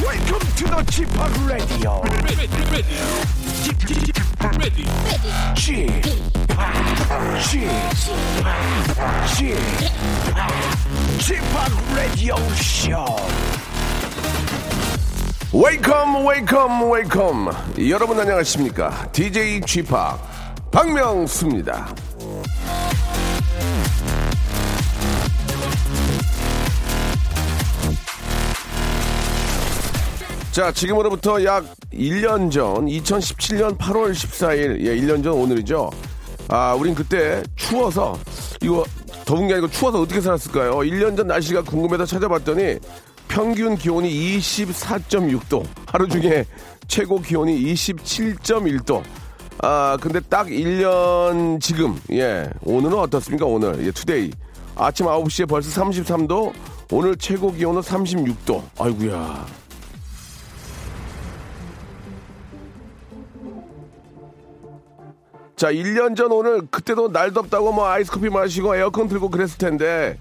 Welcome to the g p o p Radio. ready, ready, ready, g p o p g p o p g p o p Radio Show. 웨이컴 웨이컴 웨이컴 여러분 안녕하십니까 DJ g p o p 박명수입니다 자 지금으로부터 약 1년 전 2017년 8월 14일 예 1년 전 오늘이죠 아 우린 그때 추워서 이거 더운 게 아니고 추워서 어떻게 살았을까요 1년 전 날씨가 궁금해서 찾아봤더니 평균 기온이 24.6도 하루 중에 최고 기온이 27.1도 아 근데 딱 1년 지금 예 오늘은 어떻습니까 오늘 예 투데이 아침 9시에 벌써 33도 오늘 최고 기온은 36도 아이구야 자, 1년 전 오늘 그때도 날 덥다고 뭐 아이스 커피 마시고 에어컨 틀고 그랬을 텐데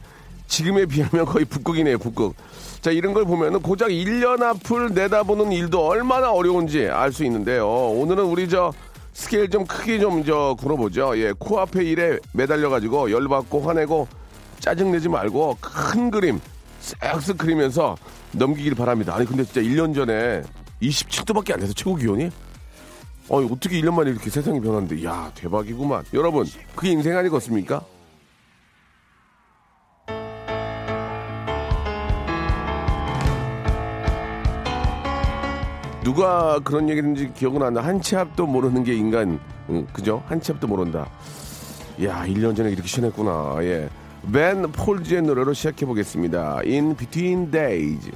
지금에 비하면 거의 북극이네요, 북극. 자, 이런 걸 보면은 고작 1년 앞을 내다보는 일도 얼마나 어려운지 알 수 있는데요. 오늘은 우리 저 스케일 좀 크게 좀 저 굴어보죠. 예, 코앞의 일에 매달려가지고 열받고 화내고 짜증내지 말고 큰 그림 싹쓱 그리면서 넘기길 바랍니다. 아니, 근데 진짜 1년 전에 27도밖에 안 돼서 최고 기온이? 아니 어떻게 1년 만에 이렇게 세상이 변하는데 야 대박이구만 여러분 그게 인생 아니겠습니까? 누가 그런 얘기든지 기억은 안 나. 한 치 앞도 모르는 게 인간, 응, 그죠? 한 치 앞도 모른다. 야, 1년 전에 이렇게 신했구나. 예. 벤 폴즈의 노래로 시작해 보겠습니다. In Between Days.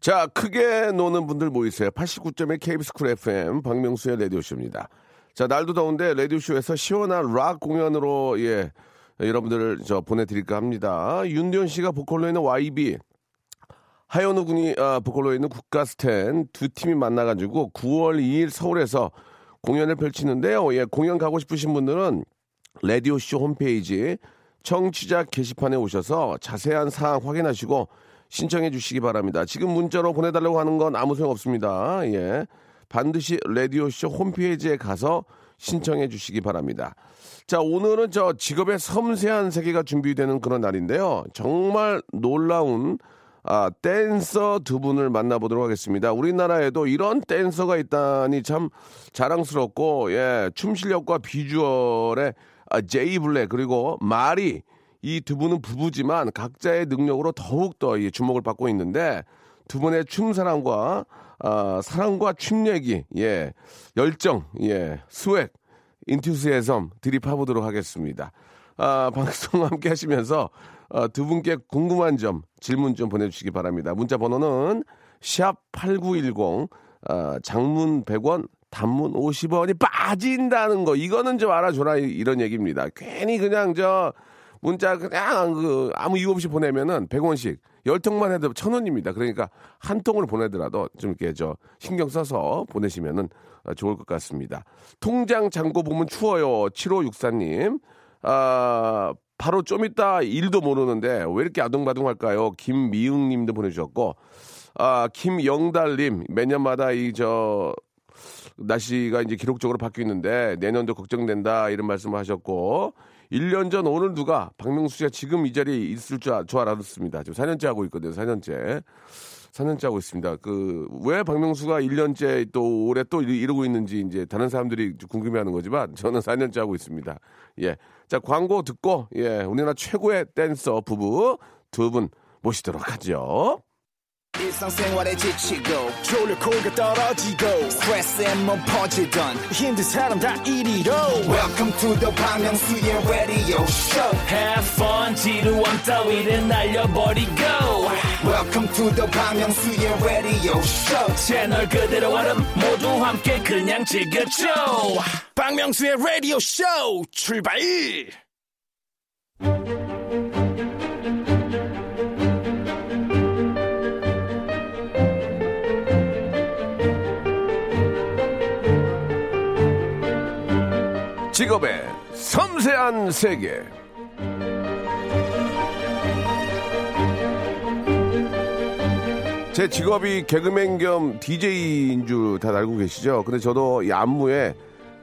자, 크게 노는 분들 뭐 모이세요. 89.1 KBS 쿨 FM 박명수의 라디오쇼입니다. 자, 날도 더운데 라디오쇼에서 시원한 락 공연으로 예 여러분들을 저 보내드릴까 합니다. 윤대현 씨가 보컬로 있는 YB, 하현우 군이 아, 보컬로 있는 국가스텐 두 팀이 만나가지고 9월 2일 서울에서 공연을 펼치는데요. 예, 공연 가고 싶으신 분들은 라디오쇼 홈페이지 청취자 게시판에 오셔서 자세한 사항 확인하시고 신청해 주시기 바랍니다. 지금 문자로 보내달라고 하는 건 아무 소용 없습니다. 예. 반드시 라디오쇼 홈페이지에 가서 신청해 주시기 바랍니다. 자, 오늘은 저 직업의 섬세한 세계가 준비되는 그런 날인데요. 정말 놀라운 아, 댄서 두 분을 만나보도록 하겠습니다. 우리나라에도 이런 댄서가 있다니 참 자랑스럽고, 예, 춤 실력과 비주얼에 아, 제이 블랙, 그리고 마리, 이 두 분은 부부지만 각자의 능력으로 더욱더 이 주목을 받고 있는데, 두 분의 춤 사랑과, 아, 사랑과 춤 얘기, 예, 열정, 예, 스웩, 인투스의섬 드립해보도록 하겠습니다. 아, 방송 함께 하시면서 아, 두 분께 궁금한 점, 질문 좀 보내주시기 바랍니다. 문자 번호는 샵8910, 장문 100원, 단문 50원이 빠진다는 거. 이거는 좀 알아줘라, 이- 이런 얘기입니다. 괜히 그냥 저, 문자 그냥 그 아무 이유 없이 보내면은 100원씩 열 통만 해도 천 원입니다. 그러니까 한 통을 보내더라도 좀 이렇게 저 신경 써서 보내시면은 어, 좋을 것 같습니다. 통장 잔고 보면 추워요. 7564님. 아, 바로 좀 이따 일도 모르는데 왜 이렇게 아둥바둥할까요? 김미흥 님도 보내주셨고, 아, 김영달 님. 매년마다 이 저 날씨가 이제 기록적으로 바뀌는데 내년도 걱정된다 이런 말씀을 하셨고 1년 전 오늘 누가 박명수 씨가 지금 이 자리에 있을 줄, 아- 줄 알았습니다. 지금 4년째 하고 있거든요. 4년째. 4년째 하고 있습니다. 그 왜 박명수가 1년째 또 올해 또 이러- 이러고 있는지 이제 다른 사람들이 궁금해하는 거지만 저는 4년째 하고 있습니다. 예. 자, 광고 듣고 예, 우리나라 최고의 댄서 부부 두 분 모시도록 하죠. 일상생활에 지치고, 졸려 코가 떨어지고, 스트레스에 몸 퍼지던, 힘든 사람 다 이리로. welcome to the Bang Myung-soo's radio show Have fun, 지루한 따위를 날려버리고. welcome to the Bang Myung-soo's radio show 채널 그대로 얼음 모두 함께 그냥 즐겨줘. 박명수의 라디오 쇼 출발! 직업의 섬세한 세계. 제 직업이 개그맨 겸 DJ인 줄 다 알고 계시죠? 근데 저도 이 안무에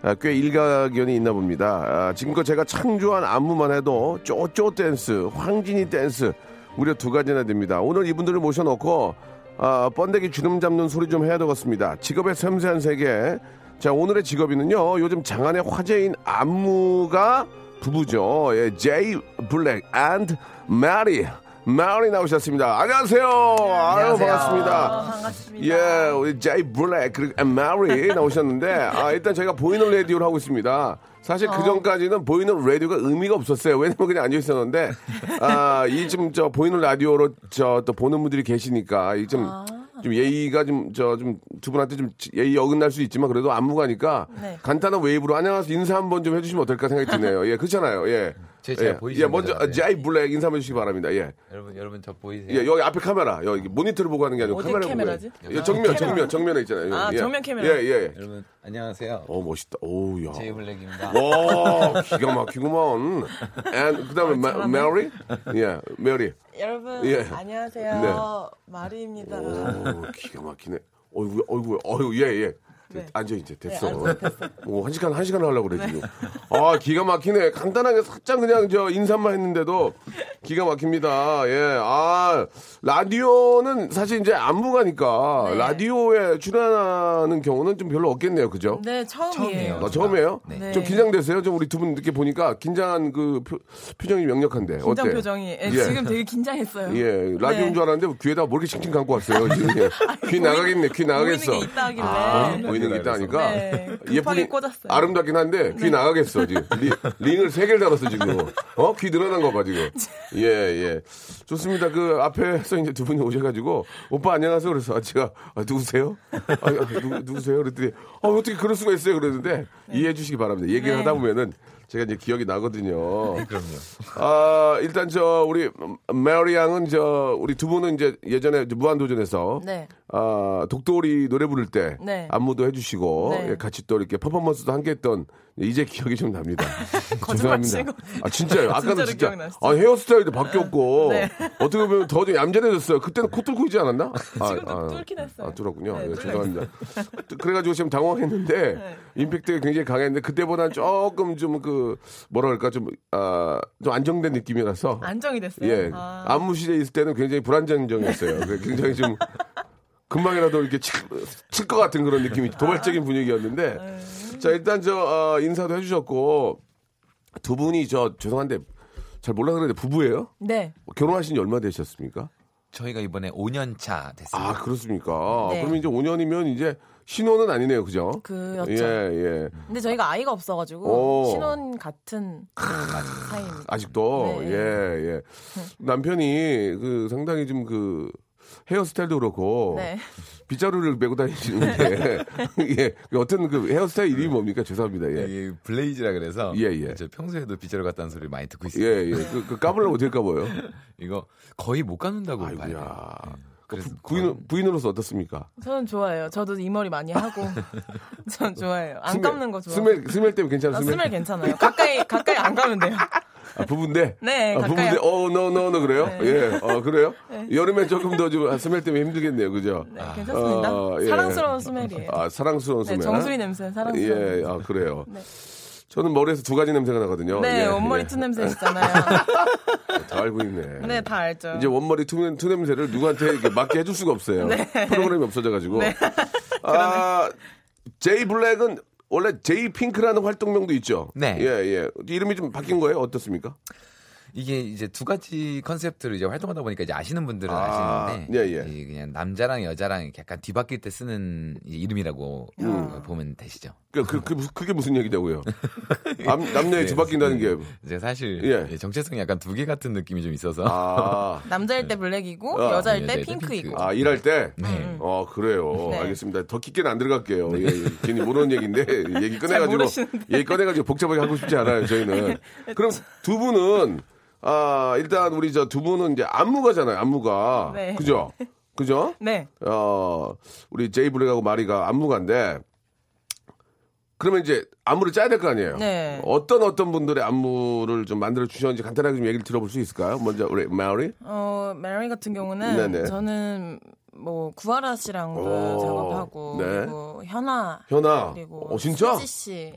아, 꽤 일가견이 있나 봅니다. 아, 지금껏 제가 창조한 안무만 해도 쪼쪼 댄스, 황진이 댄스 무려 두 가지나 됩니다. 오늘 이분들을 모셔놓고 아, 번데기 주름 잡는 소리 좀 해야 되겠습니다. 직업의 섬세한 세계. 자 오늘의 직업인은요. 요즘 장안의 화제인 안무가 부부죠. 예, 제이 블랙 and 메리. 메리 나오셨습니다. 안녕하세요. 아유 반갑습니다. 어, 반갑습니다. 예, 우리 제이 블랙 그리고 앤 마리 나오셨는데 아 일단 저희가 보이는 라디오를 하고 있습니다. 사실 그 전까지는 보이는 라디오가 의미가 없었어요. 왜냐면 그냥 앉아 있었는데 아 이쯤 저 보이는 라디오로 저 또 보는 분들이 계시니까 이좀 좀 예의가 좀 저 좀 두 분한테 좀 예의 어긋날 수 있지만 그래도 안무가니까 네. 간단한 웨이브로 안녕하세요 인사 한번 좀 해주시면 어떨까 생각이 드네요. 예, 그렇잖아요. 예. 제- 제가 예. 보이시는 예, 먼저 거잖아요. 제이 블랙 인사 한번 해주시기 바랍니다. 예. 여러분 여러분 저 보이세요? 예, 여기 앞에 카메라, 여기 모니터를 보고 하는 게 아니고 어디 카메라 카메라지? 보고. 해요. 예, 정면, 정면, 정면에 있잖아요. 아, 예. 정면 카메라. 예, 예. 여러분 안녕하세요. 어 멋있다. 오우 야. 제이 블랙입니다. 와 기가 막히구만. And 아, 그다음에 마, 메리, 예, 메리. 여러분 예. 네. 안녕하세요. 마리입니다. 오 기가 막히네. 어이구, 어이구, 어이구, 예, 예. 네. 앉아 이제 됐어. 네, 앉아, 됐어. 오, 한 시간 한 시간 하려고 그래 지금. 아 기가 막히네. 간단하게 살짝 그냥 저 인사만 했는데도 기가 막힙니다. 예. 아 라디오는 사실 이제 안무가니까 네. 라디오에 출연하는 경우는 좀 별로 없겠네요, 그죠? 네 처음이에요. 아, 처음이에요? 네. 좀 긴장되세요? 좀 우리 두 분 이렇게 보니까 긴장한 그 표, 정이 명력한데. 긴장 어때요? 표정이 예, 예. 지금 되게 긴장했어요. 예, 라디오인 네. 줄 알았는데 귀에다가 모르게 칭칭 감고 왔어요. 지금. 예. 귀 나가겠네, 귀 나가겠어. 보이는 게 있다 하길래. 아, 보이는 게 있다 하니까. 네, 급하게 꽂았어요. 네. 아름답긴 한데 귀 나가겠어, 지금. 리- 링을 세 개를 달았어, 지금. 어? 귀 늘어난 거 봐, 지금. 예, 예. 좋습니다. 그 앞에서 이제 두 분이 오셔가지고, 오빠 안녕하세요. 그래서 아, 제가, 아, 누구세요? 아, 아, 누구, 누구세요? 그랬더니, 아, 어떻게 그럴 수가 있어요? 그러는데, 이해해 주시기 바랍니다. 얘기를 네. 하다 보면은 제가 이제 기억이 나거든요. 네, 그럼요. 아, 일단 저 우리 메리 양은 저 우리 두 분은 이제 예전에 이제 무한도전에서 네. 아, 독도리 노래 부를 때 네. 안무도 해 주시고 예, 네. 같이 또 이렇게 퍼포먼스도 함께 했던 이제 기억이 좀 납니다. 거짓말 죄송합니다. 치는 거. 아, 진짜요. 아까는 진짜로 진짜 기억나시죠? 아, 헤어스타일도 바뀌었고 네. 어떻게 보면 더 좀 얌전해졌어요. 그때는 코 뚫고 있지 않았나? 아, 지금도 뚫긴 했어요. 아, 뚫었군요. 네, 예, 뚫려 죄송합니다. 그래가지고 지금 당황했는데 임팩트가 굉장히 강했는데 그때보다는 조금 좀 그 뭐라 그럴까 좀, 아, 좀 안정된 느낌이라서 안정이 됐어요. 예 아, 안무실에 있을 때는 굉장히 불안정정했어요. 굉장히 좀 금방이라도 이렇게 칠 것 같은 그런 느낌이 도발적인 분위기였는데 네. 자 일단 저 어, 인사도 해주셨고 두 분이 저 죄송한데 잘 몰라 그러는데 부부예요? 네. 결혼하신 지 얼마 되셨습니까? 저희가 이번에 5년 차 됐습니다. 아 그렇습니까? 네. 그러면 이제 5년이면 이제 신혼은 아니네요, 그죠? 그였죠. 예 예. 근데 저희가 아이가 없어가지고 오. 신혼 같은 그 사이입니다. 아직도 네. 예 예. 남편이 그 상당히 좀 그 헤어스타일도 그렇고 네. 빗자루를 메고 다니시는데 예 그 어떤 그 헤어스타일 이름이 뭡니까 죄송합니다 아, 예예 이 블레이즈라 그래서 예, 예. 저 평소에도 빗자루 같다는 소리를 많이 듣고 예, 있어요. 예. 네. 그, 그 까불려면 어떻게 까봐요 이거 거의 못 감는다고 봐요. 아이고야 그래서 뭐. 부인 부인으로서 어떻습니까 저는 좋아요. 저도 이 머리 많이 하고 저는 좋아해요. 안 스멜- 감는 거 좋아해요. 스멜 스멜 때문에 괜찮아 아, 스멜, 스멜 괜찮아요. 가까이 가까이 안 가면 돼요. 아, 부부인데 네, 아, 가까이 네. 부부인데 안- 어너너너 그래요 예어 그래요 여름에 조금 더좀 아, 스멜 때문에 힘들겠네요 그죠 네, 괜찮습니다. 어, 예. 사랑스러운 스멜이에요. 아 사랑스러운 네, 스멜 정수리 냄새 사랑스러운. 예, 냄새. 아 그래요. 저는 머리에서 두 가지 냄새가 나거든요. 네, 예, 원머리 예. 투 냄새 있잖아요. 다 알고 있네. 네, 다 알죠. 이제 원머리 투, 투 냄새를 누구한테 이렇게 맡게 해줄 수가 없어요. 네. 프로그램이 없어져가지고. 아, 제이 블랙은 원래 제이 핑크라는 활동명도 있죠. 네. 예, 예. 이름이 좀 바뀐 거예요? 어떻습니까? 이게 이제 두 가지 컨셉트로 이제 활동하다 보니까 이제 아시는 분들은 아, 아, 시는데 예, 예. 그냥 남자랑 여자랑 이렇게 약간 뒤바뀔 때 쓰는 이 이름이라고 음. 어, 보면 되시죠. 그, 그, 그, 그게 무슨 얘기냐고요? 남, 남녀의 네, 뒤바뀐다는 게. 이제 사실 예. 예, 정체성이 약간 두 개 같은 느낌이 좀 있어서 아, 남자일 때 블랙이고 어. 여자일 때 여자일 때 핑크이고. 핑크. 아, 일할 때? 네. 어, 그래요. 네. 알겠습니다. 더 깊게는 안 들어갈게요. 예, 예. 괜히 모르는 얘기인데, 얘기 꺼내가지고, 모르시는데. 네. 얘기 꺼내가지고 복잡하게 하고 싶지 않아요, 저희는. 그럼 두 분은, 아, 일단 우리 저 두 분은 이제 안무가잖아요, 안무가. 네. 그죠? 그죠? 네. 어, 우리 제이 블랙하고 마리가 안무가인데, 그러면 이제 안무를 짜야 될 거 아니에요? 네. 어떤 어떤 분들의 안무를 좀 만들어 주셨는지 뭐 간단하게 좀 얘기를 들어볼 수 있을까요? 먼저 우리 마리? 어, 메리 같은 경우는 네, 네네. 저는 뭐 구하라 씨랑도 오, 작업하고 네. 그리고 현아 현아. 그리고 어, 진짜? 수지 씨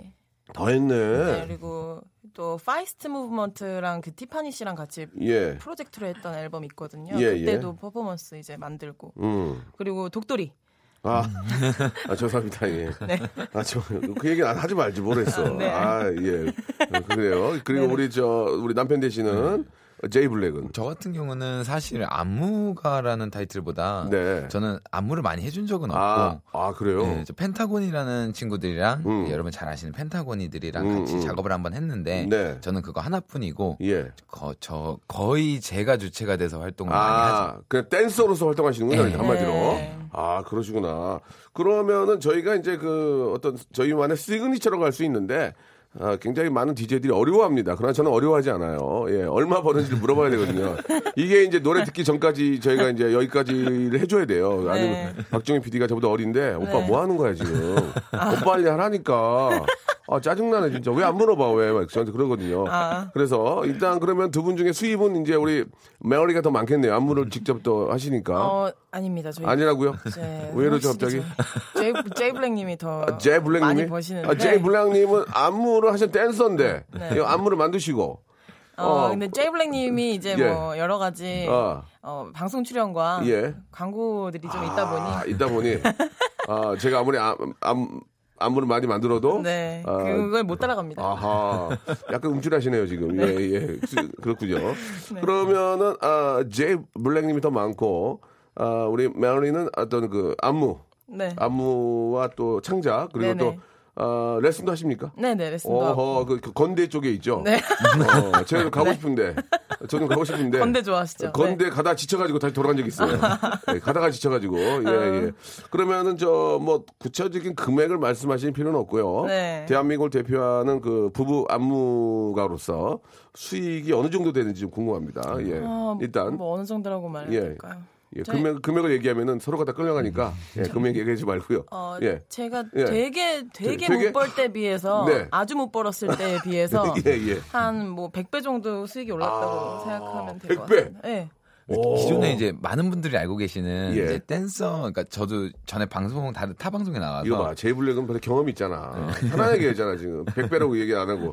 다 했네. 네, 그리고 또 파이스트 무브먼트랑 그 티파니 씨랑 같이 예. 프로젝트로 했던 앨범 있거든요. 예, 그때도 예. 퍼포먼스 이제 만들고 음. 그리고 독도리 아, 아 죄송합니다. 예. 아, 저 그 얘기는 안- 하지 말지 모르겠어. 네. 아, 예. 어, 그래요. 그리고 우리 저 우리 남편 되시는 네. 제이 블랙은 저 같은 경우는 사실 안무가라는 타이틀보다 네. 저는 안무를 많이 해준 적은 없고 아, 아 그래요. 네, 저 펜타곤이라는 친구들이랑 음. 여러분 잘 아시는 펜타곤이들이랑 음, 같이 음. 작업을 한번 했는데 네. 저는 그거 하나뿐이고 예. 거, 저 거의 제가 주체가 돼서 활동을 많이 하죠. 아, 그냥 댄서로서 활동하시는군요, 네. 한마디로. 네. 아, 그러시구나. 그러면은 저희가 이제 그 어떤 저희만의 시그니처라고 할 수 있는데 아, 굉장히 많은 DJ들이 어려워합니다. 그러나 저는 어려워하지 않아요. 예, 얼마 버는지를 물어봐야 되거든요. 이게 이제 노래 듣기 전까지 저희가 이제 여기까지를 해줘야 돼요. 아니, 네. 박정희 PD가 저보다 어린데 오빠 네. 뭐 하는 거야 지금? 오빠 빨리 하라니까. 아 짜증나네 진짜 왜 안 물어봐 왜막 저한테 그러거든요. 아. 그래서 일단 그러면 두 분 중에 수입은 이제 우리 메어리가 더 많겠네요. 안무를 직접 또 하시니까 음. 어 네, 아닙니다 저희 아니라고요? 이제 왜 이러죠, 확실히 저희- 제이, 제이 블랙님이 더 아, 제이 블랙님이 많이 버시는데 아, 제이 블랙님은 안무를 하신 댄서인데 네. 이거 안무를 만드시고 어, 어. 근데 제이 블랙님이 이제 예. 뭐 여러 가지 아. 어, 방송 출연과 예. 광고들이 좀뭐 있다 아, 보니 있다 보니 아, 제가 아무리 안, 안, 안무를 많이 만들어도 네 아, 그걸 못 따라갑니다. 아하, 약간 움찔하시네요 지금. 예, 예, 그- 그렇군요. 네. 그러면은 아, 제이 블랙님이 더 많고 아, 우리 메리는 어떤 그 안무, 네, 아, 안무와 또 창작 그리고 네네. 또 아, 레슨도 하십니까? 네네 레슨도 하고 어허, 그, 그 건대 쪽에 있죠. 네. 어, 제가 가고 싶은데, 저는 가고 싶은데. 건대 예. 좋아하시죠? 네. 건대 가다 지쳐가지고 다시 돌아간 적 있어요. 예, 가다가 지쳐가지고 어. 예 예. 그러면은 저 뭐 구체적인 금액을 말씀하실 필요는 없고요. 네. 대한민국을 대표하는 그 부부 안무가로서 수익이 어느 정도 되는지 좀 궁금합니다. 예. 아, 일단 뭐 어느 정도라고 예. 말해야 될까요? 예, 저희- 금액 금액을 얘기하면은 서로가 다 끌려가니까 예, 금액 얘기하지 말고요. 어, 예. 제가 예. 되게 되게, 되게- 못 벌 때 비해서 네. 아주 못 벌었을 때에 비해서 예, 예. 한 뭐 100배 정도 수익이 올랐다고 아, 생각하면 될 것 100배? 같아요. 네. 기존에 이제 많은 분들이 알고 계시는 예. 이제 댄서, 그러니까 저도 전에 방송 다른 타 방송에 나와서 이거 봐, 제이블랙은 벌써 경험이 있잖아. 편안하게 얘기하잖아, 지금. 100배라고 얘기 안 하고.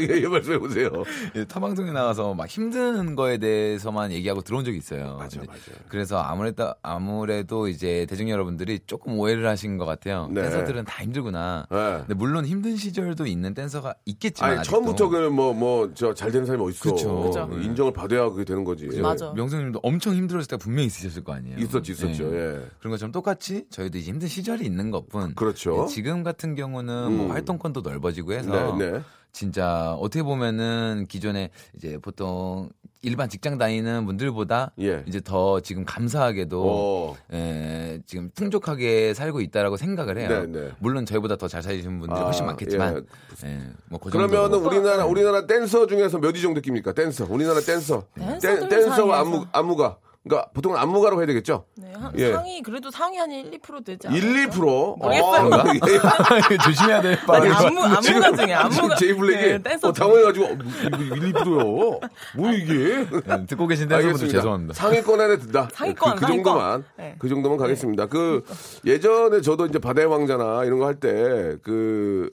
예, 말씀해보세요. 예, 타방송에 나와서 막 힘든 거에 대해서만 얘기하고 들어온 적이 있어요. 맞아, 근데 맞아. 그래서 아무래도 아무래도 이제 대중 여러분들이 조금 오해를 하신 것 같아요. 네. 댄서들은 다 힘들구나. 네. 근데 물론 힘든 시절도 있는 댄서가 있겠지만 아니 아직도. 처음부터 그러면 뭐뭐 저 잘 되는 사람이 어딨어 그쵸. 그죠. 예. 인정을 받아야 그게 되는 거지 예. 맞아. 명수님도 엄청 힘들었을 때 분명히 있으셨을 거 아니에요. 있었지 있었죠 네. 예. 예. 그런 것처럼 똑같이 저희도 이제 힘든 시절이 있는 것뿐. 그렇죠. 음. 예, 네, 지금 같은 경우는 뭐 활동권도 넓어지고 해서 네, 네. 진짜 어떻게 보면은 기존에 이제 보통 일반 직장 다니는 분들보다 예. 이제 더 지금 감사하게도 어. 예, 지금 풍족하게 살고 있다라고 생각을 네, 해요. 네. 물론 저희보다 더 잘 사시는 분들이 아, 훨씬 많겠지만 예, 뭐그 그러면은 정도로. 네. 우리나라 우리나라 댄서 중에서 몇 위 정도 끼입니까 댄서 우리나라 댄서 댄서들 와 사이에서. 안무 안무가 그러니까 보통 은 안무가라고 해야 되겠죠 네, 한 예. 상위 그래도 상위 한 1, 2% 되지 않아요? 1, 2% 네. 모르겠어요. 어, 예. 조심해야 될 아니, 바가 안무 안무가 중에 안무가 제이 블랙이 네, 댄서 어, 당황해가지고 어, 이거 1, 2%요 뭐 이게 예, 듣고 계신 댄서분들 알겠습니다. 죄송합니다. 상위권 안에 든다. 상위권, 그, 그 상위권. 정도만 네. 그 정도만 가겠습니다. 그 예전에 저도 이제 바다의 왕자나 이런 거 할 때 그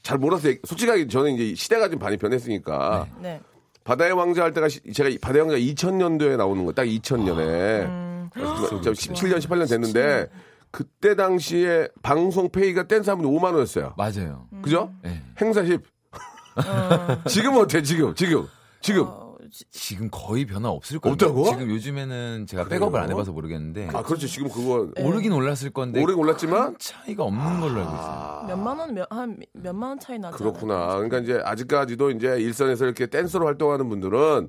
잘 몰라서 얘기- 솔직하게 저는 이제 시대가 좀 많이 변했으니까 네. 바다의 왕자 할 때가 시- 제가 이- 바다의 왕자 2000년도에 나오는 거 딱 2000년에 아, 음. 17년 18년 됐는데 그때 당시에 방송 페이가 댄스 한 분이 5만 원이었어요. 맞아요. 그죠? 네. 행사 10. 아. 지금 어때? 지금 지금 지금 어, 지- 지금 거의 변화 없을 거예요. 없다고? 지금 요즘에는 제가 백업을 안 해봐서 모르겠는데 아 그렇죠 지금 그거 오르긴 올랐을 네. 건데 오래 올랐지만 차이가 없는 걸로 아. 알고 있어요. 몇만 원, 몇, 한 몇만 원 차이 나잖아요. 그렇구나. 그러니까 이제 아직까지도 이제 일선에서 이렇게 댄서로 활동하는 분들은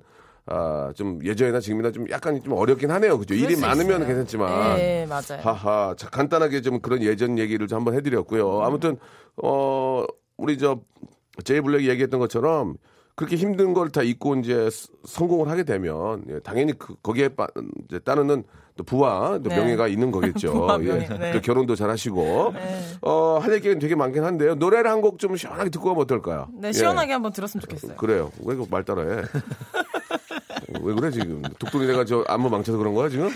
아, 좀 예전이나 지금이나 좀 약간 좀 어렵긴 하네요. 그죠? 일이 수 많으면 있어요. 괜찮지만. 네, 맞아요. 하하. 자, 간단하게 좀 그런 예전 얘기를 좀 한번 네. 해드렸고요. 아무튼, 어, 우리 저, 제이 블랙이 얘기했던 것처럼 그렇게 힘든 걸 다 잊고 이제 스- 성공을 하게 되면 예, 당연히 그, 거기에 빠, 이제 따르는 또 부와 또 네. 명예가 있는 거겠죠. 부와 명예, 예. 네. 또 결혼도 잘 하시고. 어, 할 얘기는 되게 많긴 한데요. 노래를 한 곡 좀 시원하게 듣고 가면 어떨까요? 네, 예. 시원하게 한번 들었으면 좋겠어요. 그래요. 왜 이거 말 따라해? 왜 그래 지금? 독도리 내가 저 안무 망쳐서 그런 거야 지금?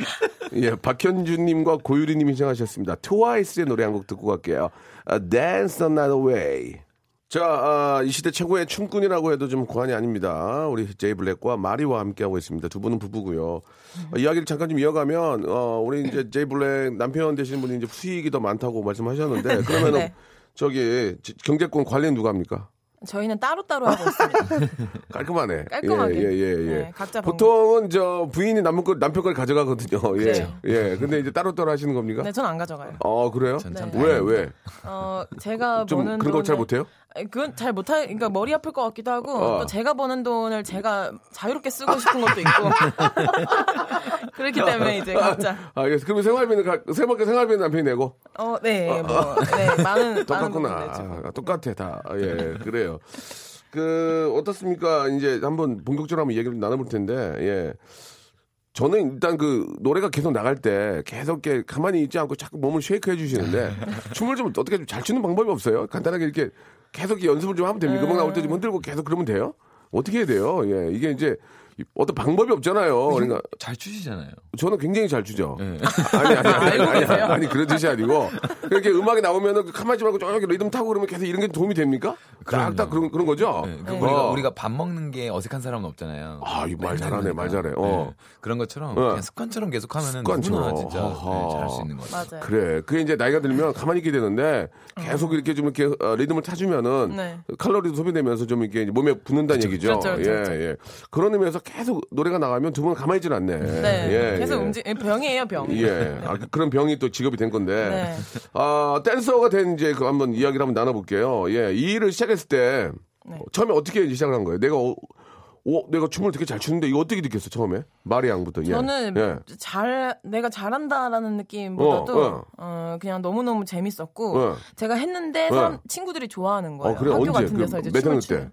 예, 박현준님과 고유리님이 신청하셨습니다. 트와이스의 노래 한 곡 듣고 갈게요. 아, Dance Another Way. 자, 아, 이 시대 최고의 춤꾼이라고 해도 좀 과언이 아닙니다. 우리 제이 블랙과 마리와 함께하고 있습니다. 두 분은 부부고요. 어, 이야기를 잠깐 좀 이어가면, 어, 우리 이제 제이 블랙 남편 되시는 분이 이제 수익이 더 많다고 말씀하셨는데, 그러면은 네. 저기 지- 경제권 관리는 누가 합니까? 저희는 따로따로 하고 있습니다. 깔끔하네. 깔끔하게. 예, 예, 예. 예. 네, 각자 보통은 저 부인이 남편 걸, 남편 걸 가져가거든요. 예. 그렇죠. 예. 근데 이제 따로따로 하시는 겁니까? 네, 전 안 가져가요. 어, 그래요? 전참 왜, 왜? 어, 제가 좀 버는 그런 거 잘 돈을- 못해요? 아니, 그건 잘 못하, 그러니까 머리 아플 것 같기도 하고, 어. 또 제가 버는 돈을 제가 자유롭게 쓰고 싶은 것도 있고. 그렇기 때문에 이제 각자. 아, 예. 그러면 생활비는, 가, 세밖에 생활비는 남편이 내고? 어, 네, 뭐, 네, 많은, 많은 똑같구나. 부분 내죠. 아, 똑같아, 다. 아, 예, 그래요. 그, 어떻습니까? 이제 한번 본격적으로 한번 얘기를 나눠볼 텐데, 예. 저는 일단 그 노래가 계속 나갈 때 계속 이렇게 가만히 있지 않고 자꾸 몸을 쉐이크 해주시는데 춤을 좀 어떻게 좀 잘 추는 방법이 없어요? 간단하게 이렇게 계속 연습을 좀 하면 됩니까? 음악 나올 때 좀 흔들고 계속 그러면 돼요? 어떻게 해야 돼요? 예, 이게 이제 어떤 방법이 없잖아요. 그러니까 잘 추시잖아요. 저는 굉장히 잘 추죠. 네. 아니, 아니, 아니, 아니, 아니, 아니, 그런 뜻이 아니고. 이렇게 음악이 나오면은 가만히 있지 말고 저기 리듬 타고 그러면 계속 이런 게 도움이 됩니까? 그럼요. 딱딱 그런, 그런 거죠? 네, 그 어. 우리가, 우리가 밥 먹는 게 어색한 사람은 없잖아요. 아, 이거 말 맨날 잘하네, 하니까. 말 잘해. 어. 그런 것처럼 네. 그냥 습관처럼 계속 하면은 습관처럼. 너무나 진짜 아하. 네, 잘할 수 있는 것 같아요. 맞아요. 그래. 그게 이제 나이가 들면 가만히 있게 되는데 계속 이렇게 좀 이렇게 어, 리듬을 타주면은 어. 네. 칼로리도 소비되면서 좀 이렇게 몸에 붙는다는 얘기죠. 그쵸, 그쵸, 예, 예. 그런 의미에서 계속 노래가 나가면 두 분은 가만히 있질 않네. 네, 예, 계속 예. 움직, 병이에요, 병. 예. 아, 그- 그런 병이 또 직업이 된 건데. 네. 아, 댄서가 된 이제 그 한번 이야기를 한번 나눠볼게요. 예. 이 일을 시작했을 때 네. 어, 처음에 어떻게 이제 시작을 한 거예요? 내가 어, 어, 내가 춤을 되게 잘 추는데 이거 어떻게 느꼈어 처음에? 말이 양부터. 예. 저는 예. 잘 내가 잘한다라는 느낌보다도 어, 어, 어. 그냥 너무 너무 재밌었고 어. 제가 했는데 사람 어. 친구들이 좋아하는 거예요. 어, 그래? 학교 언제? 같은 그 데서 이제 몇 춤을 학년 추는.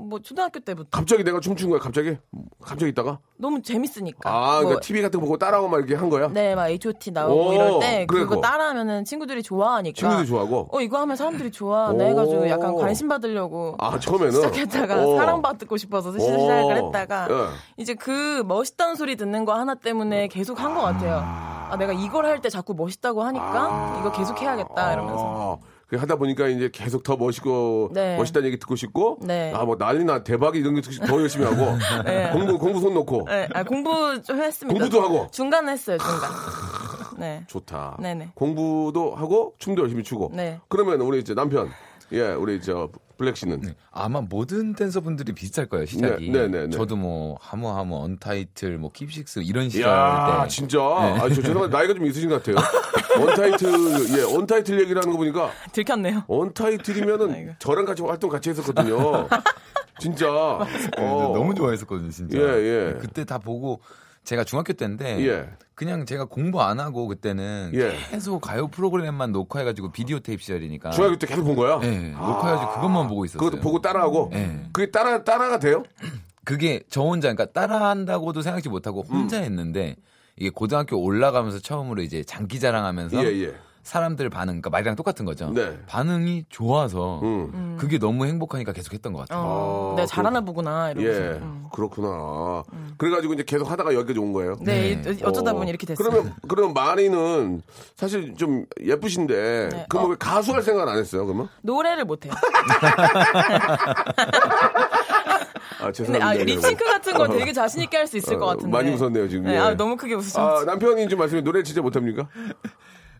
뭐 초등학교 때부터 갑자기 내가 춤춘 거야. 갑자기? 갑자기 있다가? 너무 재밌으니까. 아, 뭐 그러니까 TV 같은 거 보고 따라하고 막 이렇게 한 거야? 네, 막 H.O.T 오, 나오고 이럴 때 그래, 그거 그거. 따라하면은 친구들이 좋아하니까. 친구들이 좋아하고. 어 이거 하면 사람들이 좋아하나 오. 해가지고 약간 관심 받으려고 아, 처음에는 시작했다가 어. 사랑받고 싶어서 시- 오. 시작을 했다가 예. 이제 그 멋있다는 소리 듣는 거 하나 때문에 계속 한 것 같아요. 아 내가 이걸 할 때 자꾸 멋있다고 하니까 이거 계속 해야겠다 이러면서 아, 그 하다 보니까 이제 계속 더 멋있고 네. 멋있다는 얘기 듣고 싶고 네. 아 뭐 난리나 대박이 이런 게 듣고 싶- 더 열심히 하고 네. 공부 공부 손 놓고 네, 아, 공부 좀 했습니다. 공부도 하고? 중간 했어요 중간. 네. 좋다. 네네. 공부도 하고 춤도 열심히 추고. 네. 그러면 우리 이제 남편 예 우리 저 블랙 씨는 네. 아마 모든 댄서분들이 비슷할 거예요 시작이. 네, 네, 네, 네. 저도 뭐 하모하모 언타이틀 뭐 킵식스 이런 시절 이야 때 진짜 네. 아, 저 죄송한데 나이가 좀 있으신 것 같아요. 언타이틀 예 언타이틀 얘기를 하는 거 보니까 들켰네요. 언타이틀이면은 아이고. 저랑 같이 활동 같이 했었거든요. 진짜 어. 네, 너무 좋아했었거든요 진짜. 네, 예, 예. 그때 다 보고 제가 중학교 때인데 예. 그냥 제가 공부 안 하고 그때는 예. 계속 가요 프로그램만 녹화해가지고 비디오 테이프 시절이니까. 중학교 때 계속 본 거야. 예, 녹화해가지고 그것만 보고 있었어요. 그것도 보고 따라하고 네. 그게 따라 따라가 돼요? 그게 저 혼자 그러니까 따라한다고도 생각지 못하고 음. 혼자 했는데 이게 고등학교 올라가면서 처음으로 이제 장기 자랑하면서 예, 예. 사람들 반응 그러니까 말이랑 똑같은 거죠. 네. 반응이 좋아서 음. 그게 너무 행복하니까 계속 했던 것 같아요. 어, 아, 내가 잘하나 보구나 예, 이러면서. 음. 그렇구나. 그래가지고 이제 계속 하다가 여기까지 온 거예요. 네, 이- 어쩌다 어. 보니 이렇게 됐어요. 그러면 그러면 마리는 사실 좀 예쁘신데 네. 그럼 어. 왜 가수 할 생각 안 했어요? 그러면? 노래를 못해요. 아 근데 죄송합니다. 아, 여러분. 립싱크 같은 건 되게 자신 있게 할 수 있을 어, 것 같은데. 많이 웃었네요, 지금. 네, 예. 아, 너무 크게 아, 웃으셨어요. 남편이 좀 말씀해 노래 진짜 못합니까?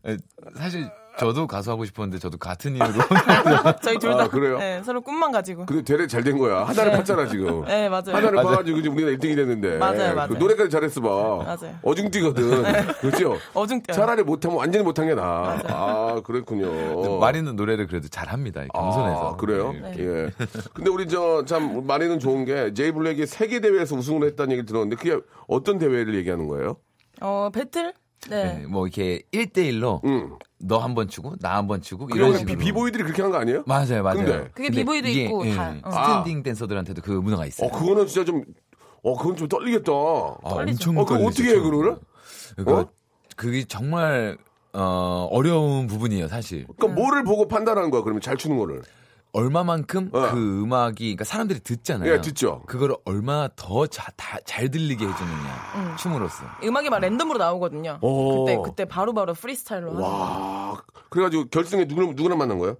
예, 사실 저도 가수 하고 싶었는데 저도 같은 이유로 저희 둘 아, 다 그래요? 네, 서로 꿈만 가지고. 근데 되레 잘된 거야. 하나를 네. 팠잖아 지금. 네, 맞아요. 하나를 파가지고 지금 우리가 1등이 됐는데. 맞아요, 맞아요. 그 노래까지 잘했어 봐. 맞아요. 네. 어중뛰거든. 그렇죠? 어중뛰어요. 차라리 못하면 완전히 못한 게 나아. 아, 그랬군요. 마리는 노래를 그래도 잘합니다. 겸손해서. 아, 그래요? 예. 예. 근데 우리 저 참 마리는 좋은 게 제이 블랙이 세계 대회에서 우승을 했다는 얘기를 들었는데 그게 어떤 대회를 얘기하는 거예요? 어, 배틀? 네. 예, 뭐 이렇게 1대1로 음. 너 한 번 치고 나 한 번 치고 그런 이런 그러니까 비- 식으로. 비보이들이 그렇게 한 거 아니에요? 맞아요, 맞아요. 근데? 아. 그게 근데 비보이도 이게, 예, 있고 다, 어. 스탠딩 댄서들한테도 그 문화가 어, 있어요. 그거는 진짜 좀 어, 그건 좀 떨리겠다. 아, 어, 떨리죠. 엄청 그거 떨리죠, 어떻게 해 처음에. 그거를? 그러니까 어? 그게 정말 어, 어려운 부분이에요, 사실. 그러니까 뭐를 보고 판단하는 거야? 그러면 잘 추는 거를. 얼마만큼 어. 그 음악이 그러니까 사람들이 듣잖아요. 예, 듣죠. 그걸 얼마나 더잘 들리게 해주느냐 아, 음. 춤으로써. 음악이 막 랜덤으로 나오거든요. 오. 그때 그때 바로바로 프리스타일로 하는 와. 그래가지고 결승에 누구랑 누구랑 만난 거예요?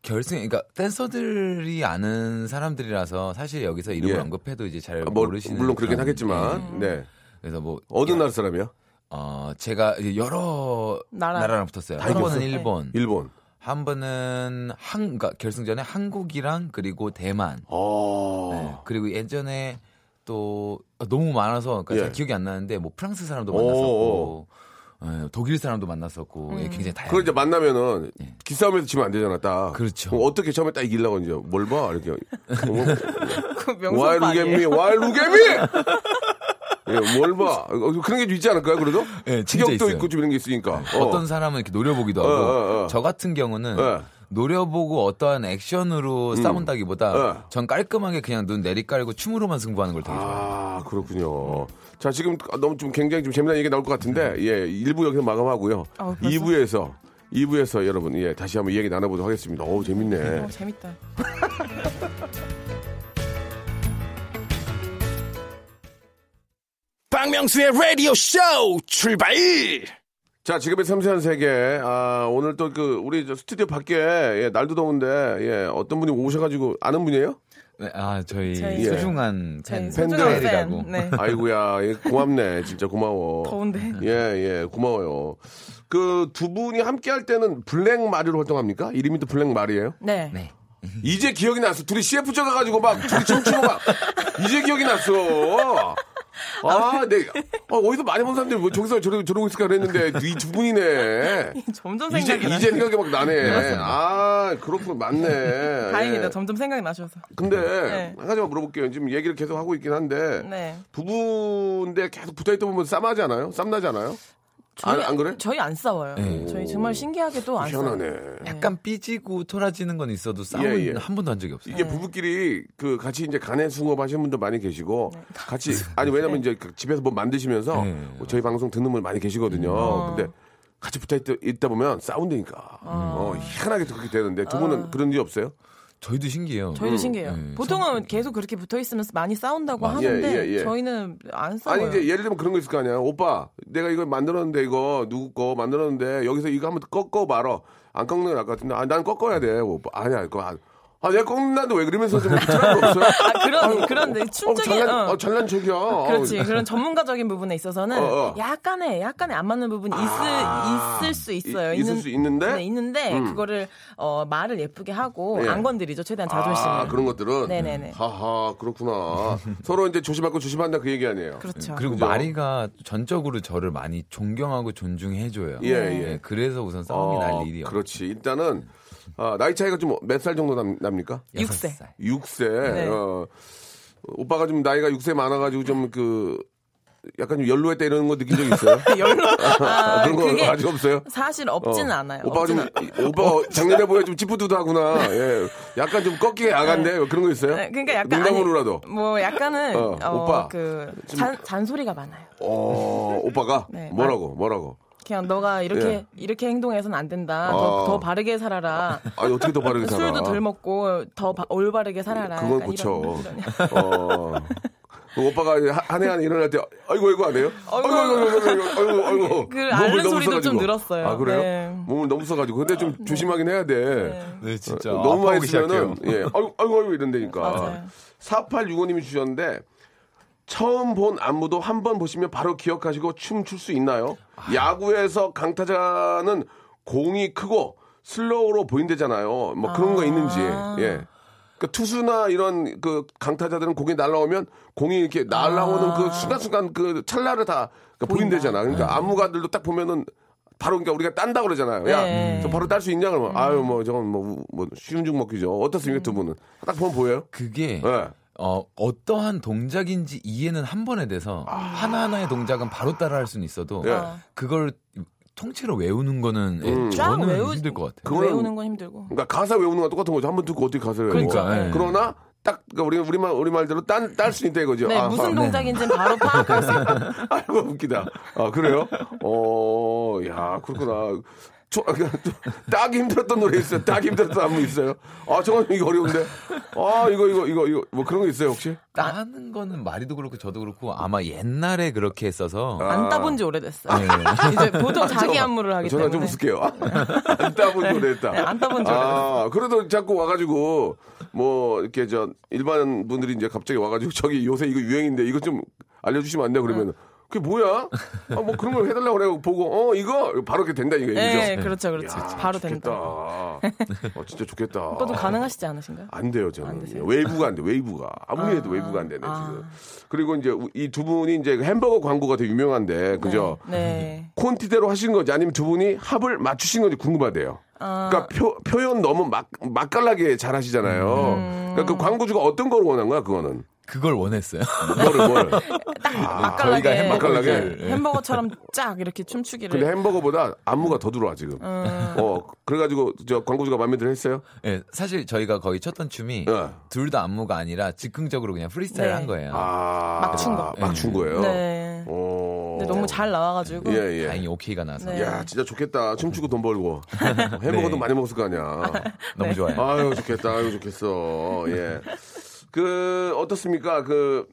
결승 그러니까 댄서들이 아는 사람들이라서 사실 여기서 이름을 예. 언급해도 이제 잘 아, 뭐, 모르시는 물론 그렇긴 그런- 하겠지만. 네. 그래서 뭐 어느 나라 사람이요? 어, 제가 여러 나라. 나라. 랑 붙었어요. 다 한 이겼어요? 번은 네. 일본, 일본. 한 번은 한 그러니까 결승전에 한국이랑 그리고 대만. 어. 네. 그리고 예전에 또 아, 너무 많아서 그러니까 예. 잘 기억이 안 나는데 뭐 프랑스 사람도 오, 그러니까 만났었고 예, 독일 사람도 만났었고 음. 예, 굉장히 다양해요. 그걸 이제 만나면은 기싸움에서 지면 안 되잖아, 딱. 예. 그렇죠. 그럼 어떻게 처음에 딱 이기려고 이제 뭘 봐? 이렇게. 그 와, 루게미, 명성방이에요. 와, 루게미! 예, 뭘 봐. 어, 그런 게 있지 않을까요, 그래도? 예, 진짜 직역도 있어요. 있고 좀 이런 게 있으니까. 어. 떤 사람은 이렇게 노려보기도 하고 뭐 어, 어, 어. 저 같은 경우는 예. 음. 노려보고 어떠한 액션으로 싸운다기보다 예. 전 깔끔하게 그냥 눈 내리깔고 춤으로만 승부하는 걸 되게 좋아해요. 아, 그렇군요. 자, 지금 너무 좀 굉장히 좀 재미난 얘기 나올 것 네. 같은데, 예, 1부 여기서 마감하고요. 아, 벌써? 2부에서, 2부에서 여러분, 예, 다시 한번 이야기 나눠보도록 하겠습니다. 어우, 재밌네. 어, 재밌다. 박명수의 라디오 쇼 출발! 자, 지금의 섬세한 세계. 아, 오늘 또 그, 우리 저 스튜디오 밖에, 예, 날도 더운데, 예, 어떤 분이 오셔가지고, 아는 분이에요? 네, 아 저희, 예. 저희- 소중한 저희 팬 네, 소중한 팬들이라고. 팬. 네. 아이고야, 예, 고맙네. 진짜 고마워. 더운데. 예, 예, 고마워요. 그, 두 분이 함께 할 때는 블랙마리로 활동합니까? 이름이 또 블랙마리예요 네. 네. 이제 기억이 났어. 둘이 CF 찍어가지고 막 둘이 춤추고 막 이제 기억이 났어. 아, 내 어, 어디서 많이 본 사람들이 뭐 저기서 저러, 저러고 있을까 그랬는데 이 두 분이네. 점점 이제 생각이 나. 이제 생각이 막 나네. 맞습니다. 아, 그렇군 맞네. 다행이다. 예. 점점 생각이 나셔서. 근데 네. 한 가지만 물어볼게요. 지금 얘기를 계속 하고 있긴 한데 네. 부부인데 계속 붙어있다 보면 쌈하지 않아요? 쌈나지 않아요? 안- 안 그래? 저희 안 싸워요. 네. 저희 정말 신기하게도 안 싸워요. 희한하네. 약간 삐지고 토라지는 건 있어도 싸운 예, 예. 한 번도 한 적이 없어요. 이게 부부끼리 그 같이 이제 간에 숭업 하시는 분도 많이 계시고 같이 아니 왜냐면 이제 그 집에서 뭐 만드시면서 뭐 네. 저희 방송 듣는 분 많이 계시거든요. 근데 같이 붙어 있다, 있다 보면 싸운다니까. 어, 희한하게 또 그렇게 되는데 두 분은 그런 일 없어요? 저희도 신기해요. 음. 저희도 신기해요. 네, 보통은 계속 그렇게 붙어 있으면 많이 싸운다고 예, 하는데 예, 예. 저희는 안 싸워요. 아니 이제 예를 들면 그런 거 있을 거 아니야. 오빠, 내가 이거 만들었는데 이거 누구 거 만들었는데 여기서 이거 한번 꺾어 말어. 안 꺾는 게 나을 것 같은데. 아, 난 꺾어야 돼. 오빠. 아니야, 그거 안. 아, 내가 꺾는다는데 왜 그러면서 좀 그런 거 없어요? 아, 그런 그런데 어, 춤적인 잘난, 어. 어, 잘난 척이야. 그렇지 그런 전문가적인 부분에 있어서는 어, 어. 약간의 약간의 안 맞는 부분이 있을 있을 수 있어요. 이- 있을 수 있는데? 음. 네, 있는데 그거를 어, 말을 예쁘게 하고 예. 안 건드리죠 최대한 자존심을. 아, 그런 것들은 네네네. 하하 그렇구나. 서로 이제 조심하고 조심한다 그 얘기 아니에요. 그렇죠. 네, 그리고 그죠? 마리가 전적으로 저를 많이 존경하고 존중해줘요. 네, 예, 예. 그래서 우선 싸움이 아, 날 일이 없어요. 그렇지. 일단은 아, 나이 차이가 좀 몇 살 정도 남, 납니까? 육 세. 여섯 살. 6세. 네. 어, 오빠가 좀 나이가 6세 많아가지고 좀 그 약간 좀 연로했다 이런 거 느낀 적 있어요? 열로 아, 그런 거 그게 아직 없어요? 사실 어. 없지는 않아요. 오빠가 좀 없지는 않- 이- 오빠 작년에 보여 좀 찌뿌드드하구나. 예, 약간 좀 꺾기에 야간데 그런 거 있어요? 네, 그러니까 약간 농담으로라도. 아니, 뭐 약간은 어, 어, 오빠. 그 잔, 잔소리가 많아요. 어, 오빠가 네, 뭐라고 뭐라고? 그냥 너가 이렇게 예. 이렇게 행동해서는 안 된다. 아. 더, 더 바르게 살아라. 아니 어떻게 더 바르게 살아? 술도 덜 먹고 더 바- 올바르게 살아라. 그건 약간 이런- 고쳐. 이런- 어. 그 오빠가 한 해 한 해 일어날 때 아이고 아이고 안 해요? 아이고 아이고. 아이고 아이고 아이고 아이고 그 앓는 소리도 써가지고. 좀 늘었어요. 아 그래요? 네. 몸을 너무 써가지고 근데 좀 조심하긴 해야 돼. 네, 진짜. 어, 너무 많이 아파오기 시작해요. 쓰면은 예 아이고 아이고 아이고 이런다니까. 맞아요. 4865님이 주셨는데 처음 본 안무도 한 번 보시면 바로 기억하시고 춤 출 수 있나요? 야구에서 강타자는 공이 크고 슬로우로 보인대잖아요. 뭐 그런 거 있는지. 예. 그 투수나 이런 그 강타자들은 공이 날라오면 공이 이렇게 날라오는 아. 그 순간순간 그 찰나를 다그 보인대잖아. 그러니까 안무가들도 딱 보면은 바로 그러니까 우리가 딴다 그러잖아요. 야, 네. 저 바로 딸 수 있냐 그러면 아유 뭐 저건 뭐, 우- 뭐 쉬운 죽 먹기죠. 어떻습니까 두 분은? 딱 보면 보여요? 그게 예. 어, 어떠한 동작인지 이해는 한 번에 돼서 하나하나의 동작은 바로 따라할 수는 있어도 아. 예. 음. 그걸 통째로 외우는 거는 예, 쫙 저는 외우 힘들 것 같아요. 그거는- 외우는 건 힘들고. 그러니까 가사 외우는 건 똑같은 거죠. 한 번 듣고 어떻게 가사를 외워. 그러니까, 예. 그러나 딱 그러니까 우리 우리 말 우리 말대로 딴딸수 있다 이거죠. 네, 아, 무슨 아, 동작인지는 바로 파악할 수 있고. 아이고 웃기다. 아 그래요? 어, 야 그렇구나. 초, 그러니까 좀 따기 힘들었던 노래 있어요. 따기 힘들었던 안무 있어요. 아, 정말 이거 어려운데. 아, 이거, 이거, 이거, 이거. 뭐 그런 거 있어요, 혹시? 아. 따는 거는 말이도 그렇고 저도 그렇고 아마 옛날에 그렇게 했어서 아. 안 따본 지 오래됐어요. 네, 이제 보통 자기 안무를 하기 전화 좀 때문에. 웃을게요. 아, 안 따본 노래 했다. 네, 안 따본 노래 아, 그래도 자꾸 와가지고, 뭐, 이렇게 저, 일반 분들이 이제 갑자기 와가지고, 저기 요새 이거 유행인데, 이거 좀 알려주시면 안 돼요? 그러면, 은 그게 뭐야? 아, 뭐 그런 걸 해달라고 그래 보고, 어, 이거? 바로 이렇게 된다니까, 이죠 네, 그렇죠, 그렇죠. 바로 좋겠다. 된다. 어, 진짜 좋겠다. 오빠도 가능하시지 않으신가요? 안 돼요, 안 저는. 되세요? 외부가 안 돼, 외부가. 아무리 해도 외부가 안 되네, 지금. 그리고 이제 이 두 분이 이제 햄버거 광고가 되게 유명한데, 그죠? 네. 콘티대로 하신 건지 아니면 두 분이 합을 맞추신 건지 궁금하대요. 아. 그러니까 표, 표현 너무 막, 맛깔나게 잘 하시잖아요. 음. 그러니까 그 광고주가 어떤 걸 원한 거야, 그거는? 그걸 원했어요. 뭐를, 뭘. 네. 맛깔나게 저희가 아, 맛깔나게. 예. 햄버거를 햄버거처럼 쫙 이렇게 춤추기를. 근데 햄버거보다 안무가 더 들어와, 지금. 음. 어, 그래가지고 저 광고주가 마음에 들어 했어요? 예, 사실 저희가 거의 쳤던 춤이 예. 둘 다 안무가 아니라 즉흥적으로 그냥 프리스타일 네. 한 거예요. 아. 맞춘 거. 맞춘 거예요? 네. 오. 근데 너무 잘 나와가지고. 어. 예, 예. 다행히 오케이가 나서 네. 야, 진짜 좋겠다. 춤추고 돈 벌고. 햄버거도 네. 많이 먹었을 거 아니야. 너무 네. 좋아요. 아유, 좋겠다. 아유, 좋겠어. 예. 그, 어떻습니까? 그,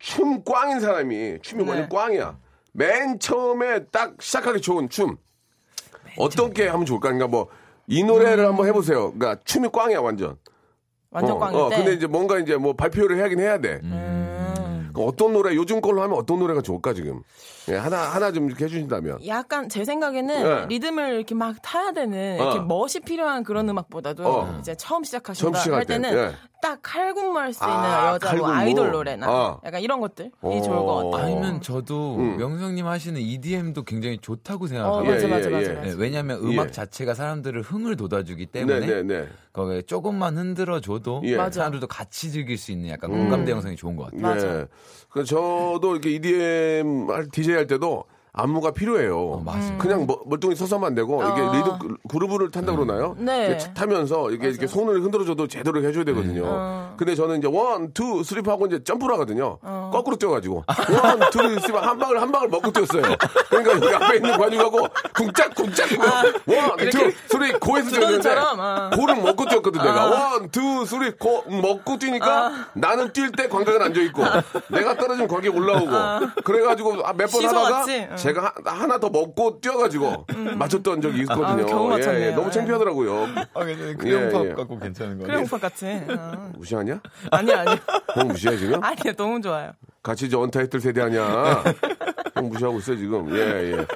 춤 꽝인 사람이, 춤이 완전 네. 꽝이야. 맨 처음에 딱 시작하기 좋은 춤. 어떻게 하면 좋을까? 그러니까 뭐, 이 노래를 음. 한번 해보세요. 그러니까 춤이 꽝이야, 완전. 완전 어, 꽝일 어, 때. 근데 이제 뭔가 이제 뭐 발표를 해야긴 해야 돼. 음, 그럼 어떤 노래, 요즘 걸로 하면 어떤 노래가 좋을까, 지금? 예, 하나, 하나 좀 이렇게 해주신다면. 약간 제 생각에는 네. 리듬을 이렇게 막 타야 되는 이렇게 어. 멋이 필요한 그런 음악보다도 어. 이제 처음 시작하신다 처음 시작할 할 때는 때, 예. 딱 칼군무할 수 있는 아, 여자 칼군무. 뭐 아이돌 노래나 어. 약간 이런 것들이 어. 좋을 것 같아요. 아니면 저도 음. 명성님 하시는 EDM도 굉장히 좋다고 어, 생각해요. 예, 맞아, 맞아, 예, 맞아. 예. 맞아. 네, 왜냐하면 예. 음악 자체가 사람들을 흥을 돋아주기 네, 때문에 네, 네. 거기에 조금만 흔들어줘도 예. 음. 맞아. 사람들도 같이 즐길 수 있는 약간 공감대 형성이 좋은 것 같아요. 맞아. 예. 그 저도 이렇게 EDM 할 DJ 할 때도 안무가 필요해요. 어, 맞아요. 그냥 뭐, 멀- 멀뚱히 서서만 안 되고 이게 어. 리듬 그- 그루브를 탄다 그러나요? 네. 이렇게 타면서 이게 이렇게 손을 흔들어줘도 제대로 해줘야 되거든요. 어. 근데 저는 이제 원, 투, 쓰리 하고 이제 점프를 하거든요. 거꾸로 뛰어가지고 원, 투, 쓰리 한 방을 한 방을 먹고 뛰었어요. 그러니까 여기 앞에 있는 관중하고 쿵짝 쿵짝 원, 투, 쓰리 고에서 뛰었는데 선수처럼, 아. 고를 먹고 뛰었거든 내가 원, 투, 쓰리 고 먹고 뛰니까 아. 나는 뛸 때 관객은 앉아 있고 내가 떨어지면 관객 올라오고 그래가지고 아, 몇 번 하다가 시소같이, 아. 응. 음. 제가 하- 하나 더 먹고 뛰어가지고 맞췄던 적이 있거든요. 아, 겨우 맞췄네요. 예, 예. 너무 예. 창피하더라고요. 아, 크레용팝 예, 예. 갖고 괜찮은 거 그래, 오빠 같이. 어. 무시하냐? 아니, 아니. 형 무시해 지금? 아니, 너무 좋아요. 같이 저 언타이틀 세대 아니야? 형 무시하고 있어 지금. 예 예.